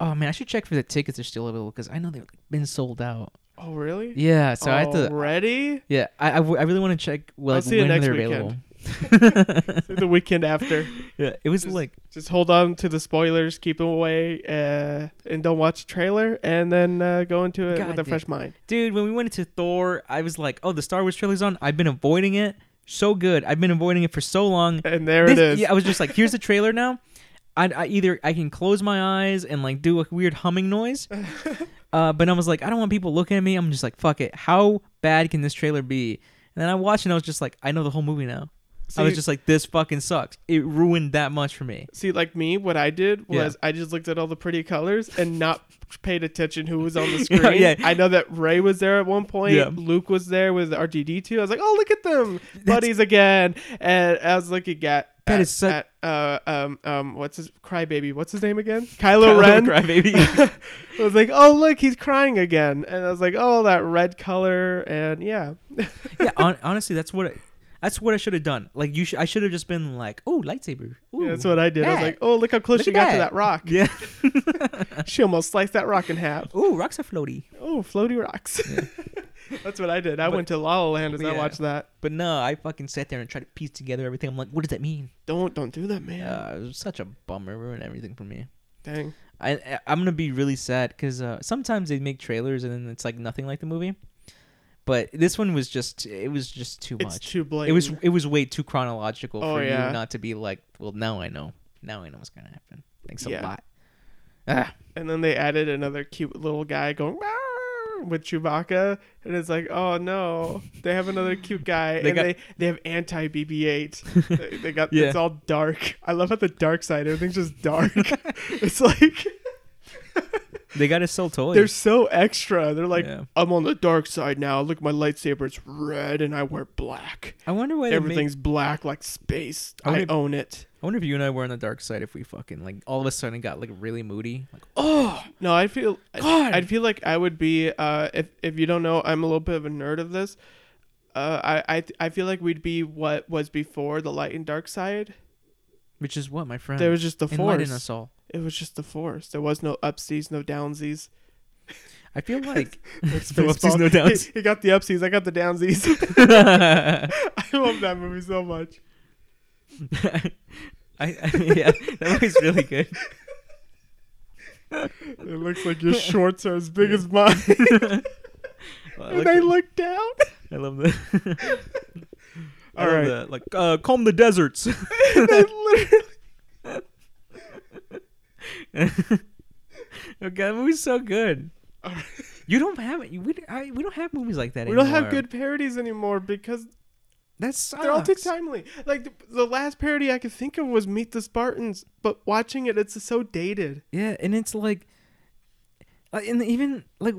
[SPEAKER 1] oh man, I should check for the tickets are still available because I know they've been sold out.
[SPEAKER 2] Oh really?
[SPEAKER 1] Yeah, so I have to.
[SPEAKER 2] Already?
[SPEAKER 1] Yeah, I, I, w- I really want to check. Well,
[SPEAKER 2] Oh. I'll
[SPEAKER 1] like,
[SPEAKER 2] see you
[SPEAKER 1] when
[SPEAKER 2] next
[SPEAKER 1] they're
[SPEAKER 2] weekend.
[SPEAKER 1] available.
[SPEAKER 2] the weekend after.
[SPEAKER 1] yeah, it was
[SPEAKER 2] Just-
[SPEAKER 1] like
[SPEAKER 2] Just hold on to the spoilers, keep them away, uh, and don't watch the trailer, and then uh, go into it with
[SPEAKER 1] God
[SPEAKER 2] a
[SPEAKER 1] damn.
[SPEAKER 2] fresh mind.
[SPEAKER 1] dude when we went into thor i was like oh the star wars trailer's on i've been avoiding it so good i've been avoiding it for so long
[SPEAKER 2] And there it
[SPEAKER 1] This-
[SPEAKER 2] is.
[SPEAKER 1] yeah i was just like here's the trailer now I, I either i can close my eyes and like do a weird humming noise uh, but i was like i don't want people looking at me i'm just like fuck it how bad can this trailer be and then i watched and i was just like i know the whole movie now i was
[SPEAKER 2] See-
[SPEAKER 1] just like this fucking sucks it ruined that much for me
[SPEAKER 2] See, like me, what I did
[SPEAKER 1] Yeah.
[SPEAKER 2] was I just looked at all the pretty colors and not paid attention who was on the
[SPEAKER 1] Yeah,
[SPEAKER 2] screen.
[SPEAKER 1] yeah.
[SPEAKER 2] I know that Ray was there at one point.
[SPEAKER 1] Yeah.
[SPEAKER 2] Luke was there with RTD2. I was like, oh, look at them, buddies again. And I was looking at.
[SPEAKER 1] That
[SPEAKER 2] at,
[SPEAKER 1] is su-
[SPEAKER 2] at, uh, um, um, what's his crybaby? What's his name again? Kylo Ren.
[SPEAKER 1] Crybaby.
[SPEAKER 2] I was like, oh look, he's crying again, and I was like, oh that red color, and yeah,
[SPEAKER 1] yeah, on, honestly, that's what I, that's what I should have done. Like you, sh- I should have just been like, "Oh, lightsaber." Ooh.
[SPEAKER 2] Yeah, that's what I did. I was
[SPEAKER 1] that.
[SPEAKER 2] like, oh look how close
[SPEAKER 1] Look
[SPEAKER 2] she
[SPEAKER 1] at
[SPEAKER 2] got to
[SPEAKER 1] that.
[SPEAKER 2] that rock.
[SPEAKER 1] Yeah.
[SPEAKER 2] She almost sliced that rock in half.
[SPEAKER 1] Ooh, rocks are floaty.
[SPEAKER 2] Oh, floaty rocks. that's what I did. I went to La La Land as I
[SPEAKER 1] Yeah.
[SPEAKER 2] watched that.
[SPEAKER 1] But no, I fucking sat there and tried to piece together everything. I'm like, "What does that mean?"
[SPEAKER 2] Don't don't do that, man.
[SPEAKER 1] Yeah, it was such a bummer. Ruined everything for me.
[SPEAKER 2] Dang.
[SPEAKER 1] I, I I'm gonna be really sad because uh, sometimes they make trailers and then it's like nothing like the movie. But this one was just it was just too
[SPEAKER 2] It's
[SPEAKER 1] much.
[SPEAKER 2] too blatant.
[SPEAKER 1] it was it was way too chronological
[SPEAKER 2] Oh,
[SPEAKER 1] for
[SPEAKER 2] yeah.
[SPEAKER 1] you not to be like, "Well, now I know. Now I know what's gonna happen." Thanks a
[SPEAKER 2] Yeah.
[SPEAKER 1] lot. Ah.
[SPEAKER 2] and then they added another cute little guy going "Meow" with Chewbacca, and it's like, oh no, they have another cute guy,
[SPEAKER 1] They
[SPEAKER 2] and
[SPEAKER 1] got-
[SPEAKER 2] they they have anti BB-8. they, they got
[SPEAKER 1] Yeah.
[SPEAKER 2] it's all dark. I love how the dark side everything's just dark. it's like
[SPEAKER 1] They gotta sell toys.
[SPEAKER 2] they're so extra. They're like,
[SPEAKER 1] Yeah.
[SPEAKER 2] I'm on the dark side now. Look, my lightsaber it's red, and I wear black.
[SPEAKER 1] I wonder why they make-
[SPEAKER 2] Everything's black like space.
[SPEAKER 1] I
[SPEAKER 2] I,
[SPEAKER 1] wonder-
[SPEAKER 2] own it.
[SPEAKER 1] I wonder if you and I were on the dark side if we fucking like all of a sudden got like really moody. Like,
[SPEAKER 2] No, I feel
[SPEAKER 1] God.
[SPEAKER 2] I'd feel like I would be uh, if if you don't know, I'm a little bit of a nerd of this. Uh, I I th- I feel like we'd be what was before the light and dark side.
[SPEAKER 1] which is what my friend.
[SPEAKER 2] There was just the
[SPEAKER 1] enlighten us
[SPEAKER 2] force.
[SPEAKER 1] all.
[SPEAKER 2] It was just the force. There was no upsies, no downsies.
[SPEAKER 1] I feel like
[SPEAKER 2] Baseball.
[SPEAKER 1] upsies, no downs.
[SPEAKER 2] He, he got the upsies. I got the downsies. I love that movie so much.
[SPEAKER 1] I, I yeah, that was really good.
[SPEAKER 2] It looks like your shorts are as big as mine.
[SPEAKER 1] Well, I
[SPEAKER 2] and I
[SPEAKER 1] like-
[SPEAKER 2] look down.
[SPEAKER 1] I love the. I
[SPEAKER 2] All
[SPEAKER 1] love
[SPEAKER 2] right.
[SPEAKER 1] the, like uh, calm the deserts.
[SPEAKER 2] I literally-
[SPEAKER 1] okay, good. That movie's so good. You don't have it. We, I, we don't have movies like that
[SPEAKER 2] We
[SPEAKER 1] anymore.
[SPEAKER 2] don't have good parodies anymore because
[SPEAKER 1] That sucks.
[SPEAKER 2] they're all too timely. Like the, the last parody I could think of was Meet the Spartans, but watching it, it's so dated.
[SPEAKER 1] Yeah, and it's like, like, and even like, wh-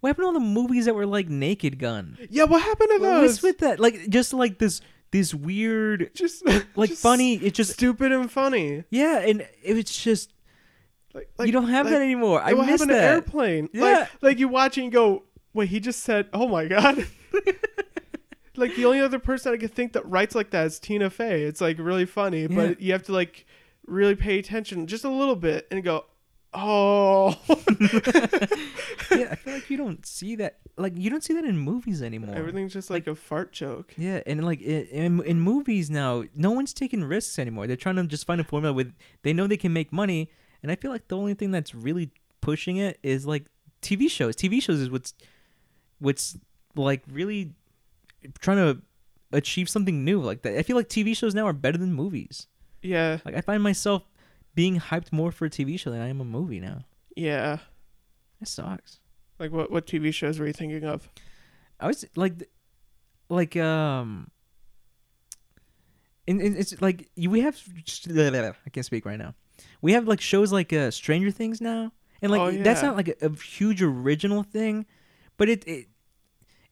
[SPEAKER 1] what happened to all the movies that were like Naked Gun?
[SPEAKER 2] Yeah, what happened to
[SPEAKER 1] What
[SPEAKER 2] those?
[SPEAKER 1] was with that? Like, just like this, this weird,
[SPEAKER 2] just
[SPEAKER 1] like
[SPEAKER 2] just
[SPEAKER 1] funny. It just
[SPEAKER 2] stupid and funny.
[SPEAKER 1] yeah, and it's just
[SPEAKER 2] Like,
[SPEAKER 1] you don't have
[SPEAKER 2] like,
[SPEAKER 1] that anymore. I
[SPEAKER 2] what
[SPEAKER 1] miss
[SPEAKER 2] happened to
[SPEAKER 1] that.
[SPEAKER 2] airplane?
[SPEAKER 1] Yeah.
[SPEAKER 2] Like, like you watch it and go, wait, he just said, oh my god. like the only other person I could think that writes like that is Tina Fey. It's like really funny, but you have to like really pay attention just a little bit and go, oh.
[SPEAKER 1] yeah, I feel like you don't see that. Like you don't see that in movies anymore.
[SPEAKER 2] Everything's just like, a fart joke.
[SPEAKER 1] Yeah, and like i- in, in movies now, no one's taking risks anymore. They're trying to just find a formula with they know they can make money, and I feel like the only thing that's really pushing it is like TV shows. TV shows is what's what's like really trying to achieve something new like that. I feel like TV shows now are better than movies.
[SPEAKER 2] Yeah,
[SPEAKER 1] Like I find myself being hyped more for a TV show than I am a movie now.
[SPEAKER 2] yeah.
[SPEAKER 1] That sucks.
[SPEAKER 2] Like what? What TV shows were you thinking of?
[SPEAKER 1] I was like, th- like um, and, and it's like you- we have I can't speak right now. We have like shows like uh, Stranger Things now, and like
[SPEAKER 2] Oh,
[SPEAKER 1] that's
[SPEAKER 2] yeah.
[SPEAKER 1] not like a, a huge original thing, but it, it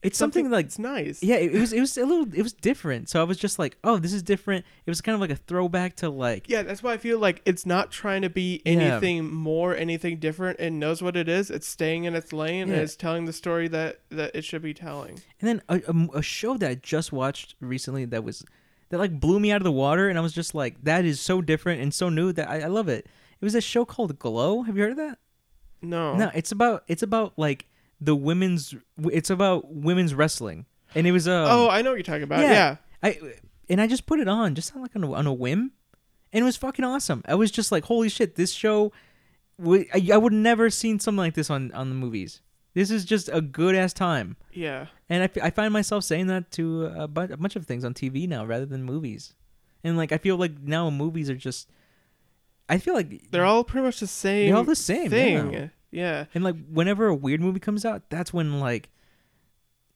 [SPEAKER 1] it's something, like
[SPEAKER 2] it's nice.
[SPEAKER 1] yeah, it, it was it was a little it was different. So I was just like, oh, this is different. It was kind of like a throwback to like
[SPEAKER 2] Yeah, that's why I feel like it's not trying to be
[SPEAKER 1] Yeah.
[SPEAKER 2] anything more, anything different. It knows what it is. It's staying in its lane
[SPEAKER 1] Yeah.
[SPEAKER 2] and it's telling the story that that it should be telling.
[SPEAKER 1] And then a, a m- a show that I just watched recently that was that like blew me out of the water, and I was just like, that is so different and so new that I, I love it. It was a show called Glow. Have you heard of that?
[SPEAKER 2] No.
[SPEAKER 1] No, it's about it's about like the women's. It's about women's wrestling, and it was a
[SPEAKER 2] oh, I know what you're talking about. Yeah.
[SPEAKER 1] I and I just put it on just on like on a, on a whim, and it was fucking awesome. I was just like, holy shit, this show. w- I, I would never seen something like this on on the movies. This is just a good ass time.
[SPEAKER 2] Yeah.
[SPEAKER 1] And I, f- I find myself saying that to a, bu- a bunch of things on TV now rather than movies. And like I feel like now movies are just I feel like
[SPEAKER 2] They're all pretty much the same.
[SPEAKER 1] They're all the same,
[SPEAKER 2] thing.
[SPEAKER 1] yeah.
[SPEAKER 2] Yeah.
[SPEAKER 1] and like whenever a weird movie comes out, that's when like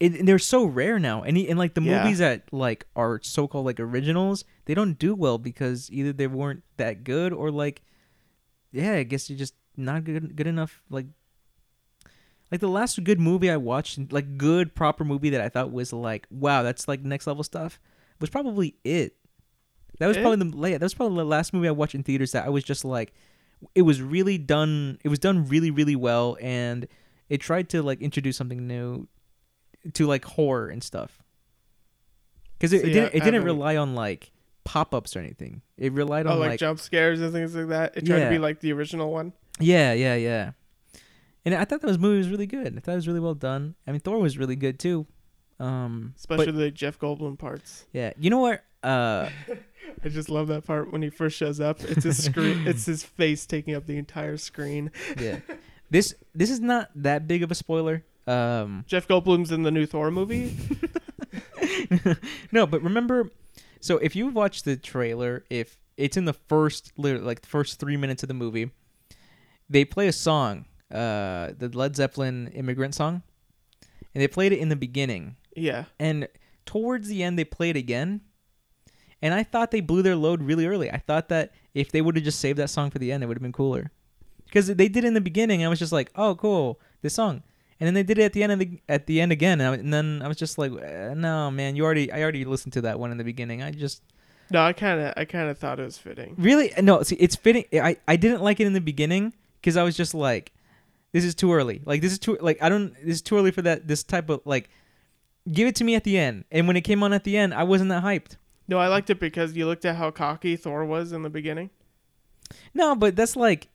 [SPEAKER 1] it, and they're so rare now. And, e- and like the
[SPEAKER 2] Yeah.
[SPEAKER 1] movies that like are so called like originals, they don't do well because either they weren't that good or like yeah, I guess you're just not good good enough like like the last good movie I watched, like good proper movie that I thought was like, wow, that's like next level stuff, was probably it. That was
[SPEAKER 2] It?
[SPEAKER 1] probably the yeah, that was probably the last movie I watched in theaters that I was just like, it was really done. It was done really really well, and it tried to like introduce something new to like horror and stuff. Because it,
[SPEAKER 2] See,
[SPEAKER 1] it
[SPEAKER 2] I-
[SPEAKER 1] didn't it
[SPEAKER 2] I
[SPEAKER 1] didn't
[SPEAKER 2] haven't-
[SPEAKER 1] rely on like pop ups or anything. It relied on
[SPEAKER 2] Oh, like,
[SPEAKER 1] like
[SPEAKER 2] jump scares and things like that. It tried
[SPEAKER 1] Yeah.
[SPEAKER 2] to be like the original one.
[SPEAKER 1] yeah, yeah, yeah. And I thought that was movie was really good. I thought it was really well done. I mean, Thor was really good too. Um, but-
[SPEAKER 2] Especially the Jeff Goldblum parts.
[SPEAKER 1] yeah, you know what? Uh,
[SPEAKER 2] I just love that part when he first shows up. It's his screen it's his face taking up the entire screen.
[SPEAKER 1] yeah, this this is not that big of a spoiler. Um,
[SPEAKER 2] Jeff Goldblum's in the new Thor movie.
[SPEAKER 1] no, but remember, so if you watch the trailer, if it's in the first lit- like the first three minutes of the movie, they play a song, uh, the Led Zeppelin immigrant song, and they played it in the beginning.
[SPEAKER 2] yeah.
[SPEAKER 1] and towards the end they played again and i thought they blew their load really early i thought that if they would have just saved that song for the end it would have been cooler because they did it in the beginning i was just like oh cool this song and then they did it at the end of the at the end again and, I- and then i was just like uh, no man you already i already listened to that one in the beginning i just
[SPEAKER 2] No, I kinda I kinda thought it was fitting.
[SPEAKER 1] really no see it's fitting i i didn't like it in the beginning because i was just like this is too early like this is too like i don't this is too early for that this type of like give it to me at the end and when it came on at the end i wasn't that hyped
[SPEAKER 2] No, I liked it because you looked at how cocky Thor was in the beginning.
[SPEAKER 1] no but that's like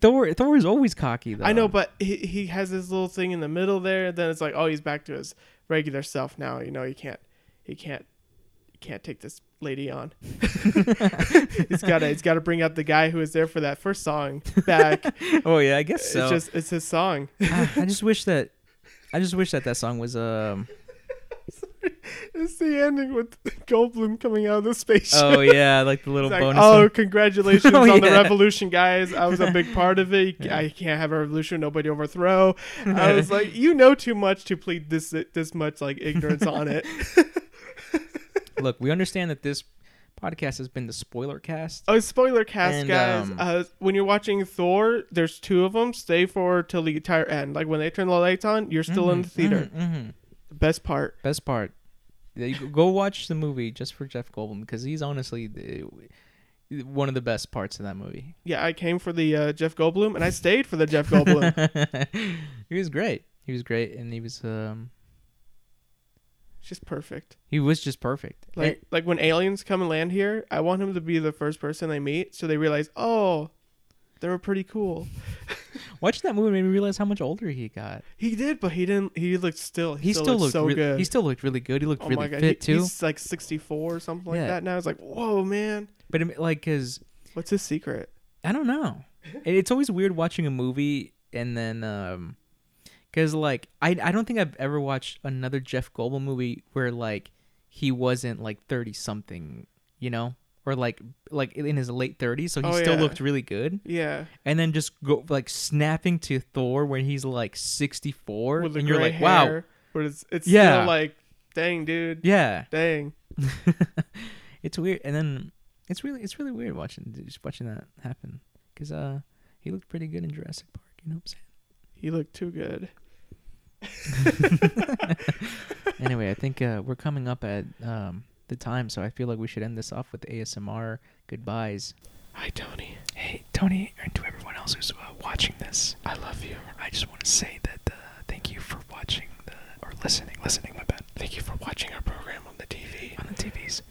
[SPEAKER 1] thor thor is always cocky though
[SPEAKER 2] I know, but he, he has this little thing in the middle there. Then it's like, oh, he's back to his regular self now. You know, he can't, he can't, he can't take this lady on. he's gotta, he's gotta bring out the guy who was there for that first song back.
[SPEAKER 1] oh yeah i guess so
[SPEAKER 2] It's just, it's his song.
[SPEAKER 1] Ah, i just wish that i just wish that that song was um
[SPEAKER 2] It's the ending with Goldblum coming out of the spaceship.
[SPEAKER 1] Oh yeah, like the little
[SPEAKER 2] It's like,
[SPEAKER 1] bonus.
[SPEAKER 2] oh,
[SPEAKER 1] one.
[SPEAKER 2] congratulations
[SPEAKER 1] Oh,
[SPEAKER 2] on the
[SPEAKER 1] yeah.
[SPEAKER 2] revolution, guys! I was a big part of it. I can't have a revolution; nobody overthrow. I was like, you know too much to plead this this much like ignorance on it.
[SPEAKER 1] Look, we understand that this podcast has been the spoiler cast.
[SPEAKER 2] Oh, spoiler cast,
[SPEAKER 1] And,
[SPEAKER 2] guys!
[SPEAKER 1] um,
[SPEAKER 2] uh, when you're watching Thor, there's two of them. Stay for till the entire end. Like when they turn the lights on, you're still in the theater.
[SPEAKER 1] hmm
[SPEAKER 2] Best part.
[SPEAKER 1] Best part. Yeah, you go- Go watch the movie just for Jeff Goldblum because he's honestly the, one of the best parts of that movie.
[SPEAKER 2] Yeah, I came for the uh, Jeff Goldblum, and I stayed for the Jeff Goldblum.
[SPEAKER 1] he was great. He was great, and he was um
[SPEAKER 2] It's just perfect.
[SPEAKER 1] he was just perfect.
[SPEAKER 2] Like like when aliens come and land here, I want him to be the first person they meet, so they realize, oh, they were pretty cool.
[SPEAKER 1] Eh, watching that movie made me realize how much older he got.
[SPEAKER 2] He did, but he didn't. He looked still. He,
[SPEAKER 1] He still,
[SPEAKER 2] looked
[SPEAKER 1] looked
[SPEAKER 2] so
[SPEAKER 1] re-
[SPEAKER 2] good.
[SPEAKER 1] he still looked really good. He looked
[SPEAKER 2] oh
[SPEAKER 1] really
[SPEAKER 2] my god,
[SPEAKER 1] fit
[SPEAKER 2] he-
[SPEAKER 1] too.
[SPEAKER 2] he's like 64 or something like
[SPEAKER 1] Yeah.
[SPEAKER 2] that now. It's like, whoa, man,
[SPEAKER 1] But I mean, like, cause
[SPEAKER 2] what's his secret?
[SPEAKER 1] I don't know. It- It's always weird watching a movie and then um cuz like I I don't think I've ever watched another Jeff Goldblum movie where like he wasn't like 30 something, you know? Or like like in his late 30s, so he
[SPEAKER 2] Oh,
[SPEAKER 1] still
[SPEAKER 2] yeah.
[SPEAKER 1] looked really good.
[SPEAKER 2] Yeah,
[SPEAKER 1] And then just go like snapping to Thor when he's like 64
[SPEAKER 2] with the
[SPEAKER 1] and you're
[SPEAKER 2] gray
[SPEAKER 1] like,
[SPEAKER 2] hair,
[SPEAKER 1] "Wow."
[SPEAKER 2] but it's it's
[SPEAKER 1] Yeah.
[SPEAKER 2] still like, dang, dude,
[SPEAKER 1] Yeah.
[SPEAKER 2] dang.
[SPEAKER 1] it's weird and then it's really it's really weird watching just watching that happen cuz uh he looked pretty good in Jurassic Park, you know what I'm saying?
[SPEAKER 2] He looked too good.
[SPEAKER 1] anyway, I think uh, we're coming up at um, the time, so I feel like we should end this off with ASMR goodbyes.
[SPEAKER 2] Hi, Tony.
[SPEAKER 1] Hey, Tony, and to everyone else who's uh, watching this, I love you. I just want to say that uh, thank you for watching the or listening, listening, my bad,
[SPEAKER 2] Thank you for watching our program on the TV.
[SPEAKER 1] on the TVs.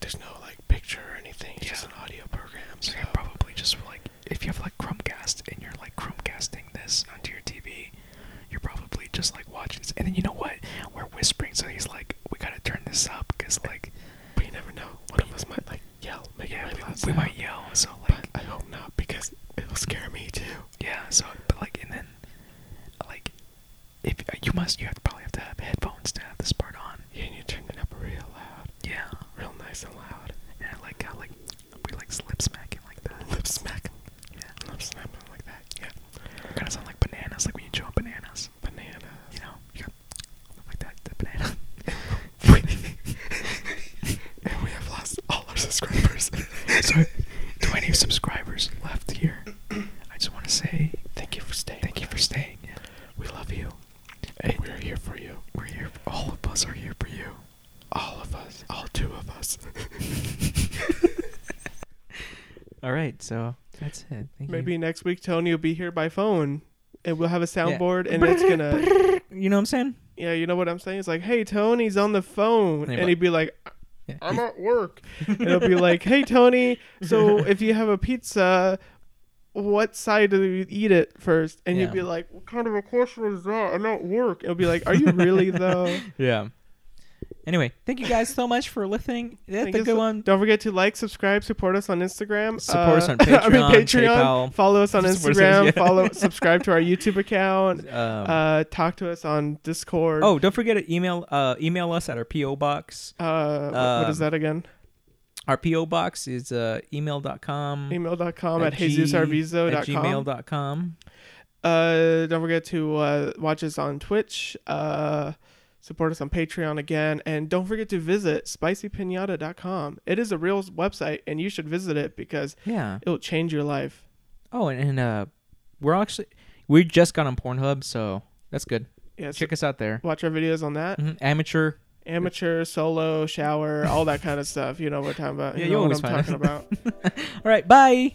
[SPEAKER 2] There's no like picture or anything. It's just an audio program.
[SPEAKER 1] So you're probably just like, if you have like Chromecast and you're like Chromecasting this onto your TV, you're probably just like watching this. And then you know what? We're whispering, so he's like, we gotta turn this up because like
[SPEAKER 2] But you never know. One of us might like yell, make
[SPEAKER 1] yeah,
[SPEAKER 2] a really
[SPEAKER 1] we,
[SPEAKER 2] loud
[SPEAKER 1] we
[SPEAKER 2] sound.
[SPEAKER 1] might yell. So like.
[SPEAKER 2] But I hope not because it'll scare me too.
[SPEAKER 1] Yeah. So, but like, and then, like, if uh, you must, you have probably have to have headphones to have this part on.
[SPEAKER 2] Yeah, and you turn it up real loud,
[SPEAKER 1] Yeah.
[SPEAKER 2] real nice and loud.
[SPEAKER 1] And I like how like we like slip smacking like that.
[SPEAKER 2] Lip smacking,
[SPEAKER 1] Yeah.
[SPEAKER 2] lip snapping like that. Yeah,
[SPEAKER 1] We kind of sound like bananas, like when you chew on bananas.
[SPEAKER 2] banana.
[SPEAKER 1] You know, you go like that, the banana.
[SPEAKER 2] and we have lost all our subscribers.
[SPEAKER 1] so, to any subscribers left here, I just want to say
[SPEAKER 2] Thank you for staying.
[SPEAKER 1] thank you for staying.
[SPEAKER 2] We love you.
[SPEAKER 1] And
[SPEAKER 2] we're here for you.
[SPEAKER 1] We're here. All of us are here for you.
[SPEAKER 2] All of us. All two of us.
[SPEAKER 1] All right. So that's it. Thank
[SPEAKER 2] Maybe next week Tony will be here by phone, and we'll have a soundboard, and it's gonna.
[SPEAKER 1] you. You know what I'm saying?
[SPEAKER 2] Yeah, you know what I'm saying? It's like, hey, Tony's on the phone.
[SPEAKER 1] And he'd
[SPEAKER 2] And
[SPEAKER 1] be
[SPEAKER 2] he'd be like,
[SPEAKER 1] Yeah.
[SPEAKER 2] I'm at work. and it'll be like, hey, Tony, so if you have a pizza, what side do you eat it first? And
[SPEAKER 1] Yeah.
[SPEAKER 2] you'd be like, what kind of a question is that? I'm at work. It'll be like, are you really, though?
[SPEAKER 1] Yeah. Anyway, thank you guys so much for listening. That's
[SPEAKER 2] Thank
[SPEAKER 1] a
[SPEAKER 2] you
[SPEAKER 1] good
[SPEAKER 2] so-
[SPEAKER 1] one.
[SPEAKER 2] Don't forget to like, subscribe, support us on Instagram. uh,
[SPEAKER 1] Support us on
[SPEAKER 2] I mean,
[SPEAKER 1] Patreon, PayPal.
[SPEAKER 2] Follow us on
[SPEAKER 1] Support us,
[SPEAKER 2] Instagram.
[SPEAKER 1] yeah.
[SPEAKER 2] Follow, subscribe to our YouTube account.
[SPEAKER 1] Um,
[SPEAKER 2] Uh, talk to us on Discord.
[SPEAKER 1] oh, don't forget to email uh, email us at our PO box.
[SPEAKER 2] Uh, what- what is
[SPEAKER 1] um,
[SPEAKER 2] that again?
[SPEAKER 1] Our PO box is uh, email.com
[SPEAKER 2] email.com
[SPEAKER 1] at
[SPEAKER 2] at,
[SPEAKER 1] g- at
[SPEAKER 2] jesusarvizo.com.
[SPEAKER 1] gmail.com.
[SPEAKER 2] Uh, don't forget to uh, watch us on Twitch. Uh, support us on Patreon again. And don't forget to visit spicypinata.com. It is a real website, and you should visit it because
[SPEAKER 1] Yeah.
[SPEAKER 2] it'll change your life.
[SPEAKER 1] Oh, and, and uh, we're actually we just got on Pornhub, so that's good.
[SPEAKER 2] Yeah, so
[SPEAKER 1] Check us out there.
[SPEAKER 2] watch our videos on that.
[SPEAKER 1] Mhm, Amateur.
[SPEAKER 2] Amateur, solo, shower, all that kind of stuff. You know what I'm talking about.
[SPEAKER 1] Yeah,
[SPEAKER 2] you
[SPEAKER 1] you
[SPEAKER 2] know
[SPEAKER 1] always
[SPEAKER 2] what I'm
[SPEAKER 1] find
[SPEAKER 2] talking about.
[SPEAKER 1] All right. Bye.